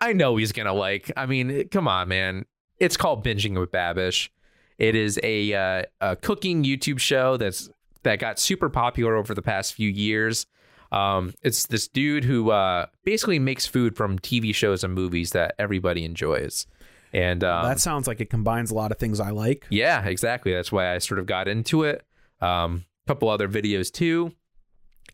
Speaker 2: I know he's going to like. I mean, it- come on, man. It's called Binging with Babish. It is a, uh, a cooking YouTube show that's that got super popular over the past few years. Um, it's this dude who uh, basically makes food from TV shows and movies that everybody enjoys. And um,
Speaker 3: that sounds like it combines a lot of things I like.
Speaker 2: Yeah, exactly. That's why I sort of got into it. Um, couple other videos too,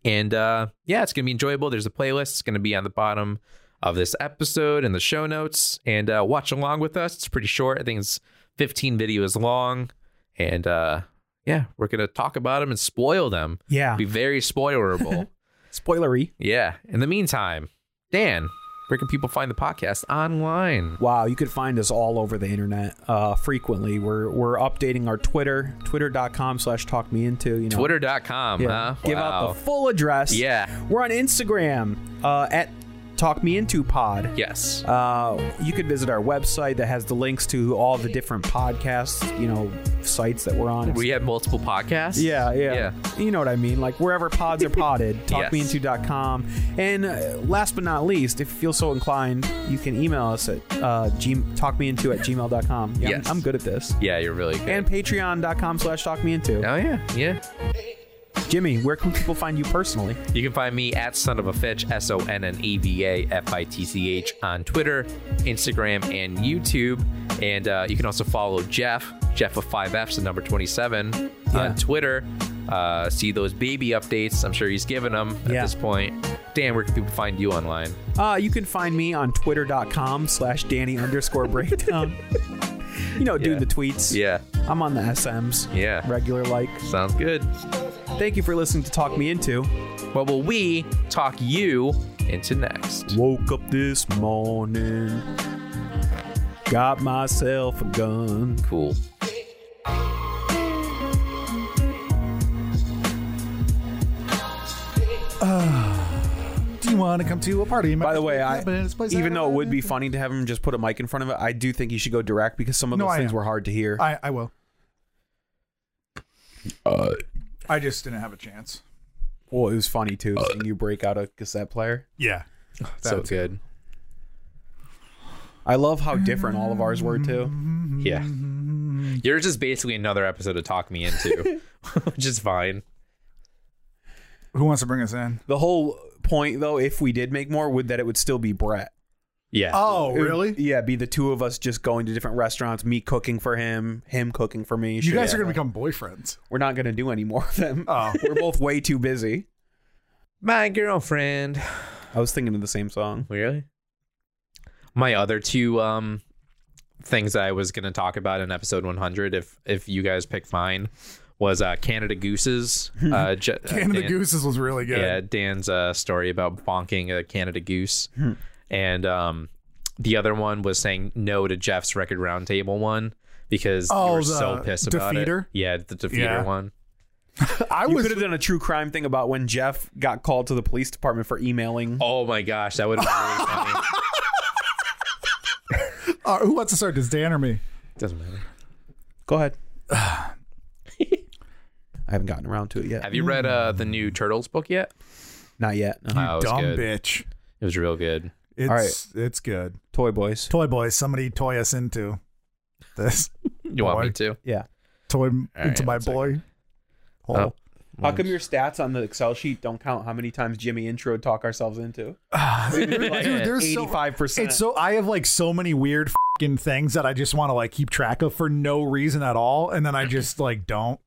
Speaker 2: And uh, yeah, it's going to be enjoyable. There's a playlist. It's going to be on the bottom of this episode and the show notes. And uh, watch along with us. It's pretty short. I think it's 15 videos long. And uh, yeah, we're going to talk about them and spoil them.
Speaker 1: Yeah.
Speaker 2: Be very spoilerable.
Speaker 3: Spoilery.
Speaker 2: yeah. In the meantime, Dan, where can people find the podcast online?
Speaker 3: Wow, you could find us all over the internet uh, frequently. We're we're updating our Twitter, twitter.com slash talk me into, you know.
Speaker 2: Twitter.com,
Speaker 3: Yeah.
Speaker 2: huh?
Speaker 3: Give
Speaker 2: Wow.
Speaker 3: out the full address.
Speaker 2: Yeah.
Speaker 3: We're on Instagram uh, at talk me into pod.
Speaker 2: Yes.
Speaker 3: Uh, you could visit our website that has the links to all the different podcasts, you know, sites that we're on.
Speaker 2: we have multiple podcasts.
Speaker 3: Yeah, yeah, You know what I mean? Like wherever pods are potted, talkmeinto.com. And uh, last but not least, if you feel so inclined, you can email us at uh, g- talkmeinto at gmail.com. Yeah, I'm-
Speaker 2: Yes.
Speaker 3: I'm, good at this.
Speaker 2: Yeah, you're really good.
Speaker 3: And patreon.com slash talkmeinto.
Speaker 2: oh yeah, yeah.
Speaker 3: Jimmy, where can people find you personally?
Speaker 2: You can find me at Son of a Fitch, S O N N E V A F I T C H on Twitter, Instagram, and YouTube. And uh, you can also follow Jeff, Jeff of Five F's, the number twenty-seven,
Speaker 3: Yeah.
Speaker 2: on Twitter. Uh, see those baby updates. I'm sure he's giving them at
Speaker 3: Yeah.
Speaker 2: this point. Dan, where can people find you online?
Speaker 3: Uh, you can find me on twitter.com slash Danny underscore breakdown. you know, doing
Speaker 2: Yeah.
Speaker 3: the tweets.
Speaker 2: Yeah,
Speaker 3: I'm on the SMs.
Speaker 2: Yeah.
Speaker 3: Regular like.
Speaker 2: sounds good.
Speaker 3: Thank you for listening to Talk Me Into.
Speaker 2: What will we talk you into next?
Speaker 3: Woke up this morning, got myself a gun.
Speaker 2: Cool.
Speaker 1: Do you want to come to a party?
Speaker 3: By the way, I even though it would be funny to have him just put a mic in front of it, I do think you should go direct because some of
Speaker 1: No,
Speaker 3: those
Speaker 1: I
Speaker 3: things
Speaker 1: am.
Speaker 3: were hard to hear.
Speaker 1: I, I will. I just didn't have a chance.
Speaker 3: well, it was funny too. seeing you break out a cassette player.
Speaker 1: Yeah.
Speaker 2: so good.
Speaker 3: I love how different all of ours were too.
Speaker 2: Yeah.
Speaker 1: Mm-hmm.
Speaker 2: Yours is basically another episode of Talk Me Into, which is fine.
Speaker 1: Who wants to bring us in?
Speaker 3: The whole point though, if we did make more, would that it would still be Brett.
Speaker 2: Yeah.
Speaker 1: Oh,
Speaker 3: It would- yeah, be the two of us just going to different restaurants, me cooking for him, him cooking for me.
Speaker 1: You guys are going to become boyfriends.
Speaker 3: We're not going to do any more of them.
Speaker 1: Oh.
Speaker 3: We're both way too busy.
Speaker 2: My girlfriend.
Speaker 3: I was thinking of the same song.
Speaker 2: Really? My other two um things I was gonna talk about in episode 100, if if you guys pick mine, was uh Canada Goose's uh, Je- uh,
Speaker 1: Canada
Speaker 2: Dan-
Speaker 1: Gooses was really good.
Speaker 2: Yeah, Dan's uh, story about bonking a Canada goose,
Speaker 1: Hmm.
Speaker 2: and um, the other one was saying no to Jeff's record roundtable one because you
Speaker 1: Oh,
Speaker 2: were so
Speaker 1: the
Speaker 2: pissed about it.
Speaker 1: defeater?
Speaker 2: Yeah, the defeater
Speaker 1: Yeah.
Speaker 2: one.
Speaker 1: I
Speaker 3: You
Speaker 1: was
Speaker 3: could have done a true crime thing about when Jeff got called to the police department for emailing.
Speaker 2: Oh my gosh, that would have been really funny.
Speaker 1: Uh, who wants to start? Does Dan or me?
Speaker 2: Doesn't matter.
Speaker 3: Go ahead. I haven't gotten around to it yet.
Speaker 2: Have you read uh, the new Turtles book yet?
Speaker 3: Not yet. Uh-huh. no.
Speaker 2: Oh, it was
Speaker 1: Dumb
Speaker 2: good.
Speaker 1: bitch.
Speaker 2: It was real good.
Speaker 1: It's
Speaker 3: right.
Speaker 1: it's good.
Speaker 3: Toy Boys.
Speaker 1: Toy boy, somebody toy us into this
Speaker 2: You want
Speaker 1: Boy.
Speaker 2: me to?
Speaker 3: Yeah.
Speaker 1: toy
Speaker 2: right,
Speaker 1: into my
Speaker 2: one second.
Speaker 1: boy. hole.
Speaker 2: Oh.
Speaker 3: How come your stats on the Excel sheet don't count how many times Jimmy introed talk ourselves into?
Speaker 1: Dude, there's so-
Speaker 3: 85%.
Speaker 1: It's so I have like so many weird fucking things that I just want to like keep track of for no reason at all, and then I just like don't.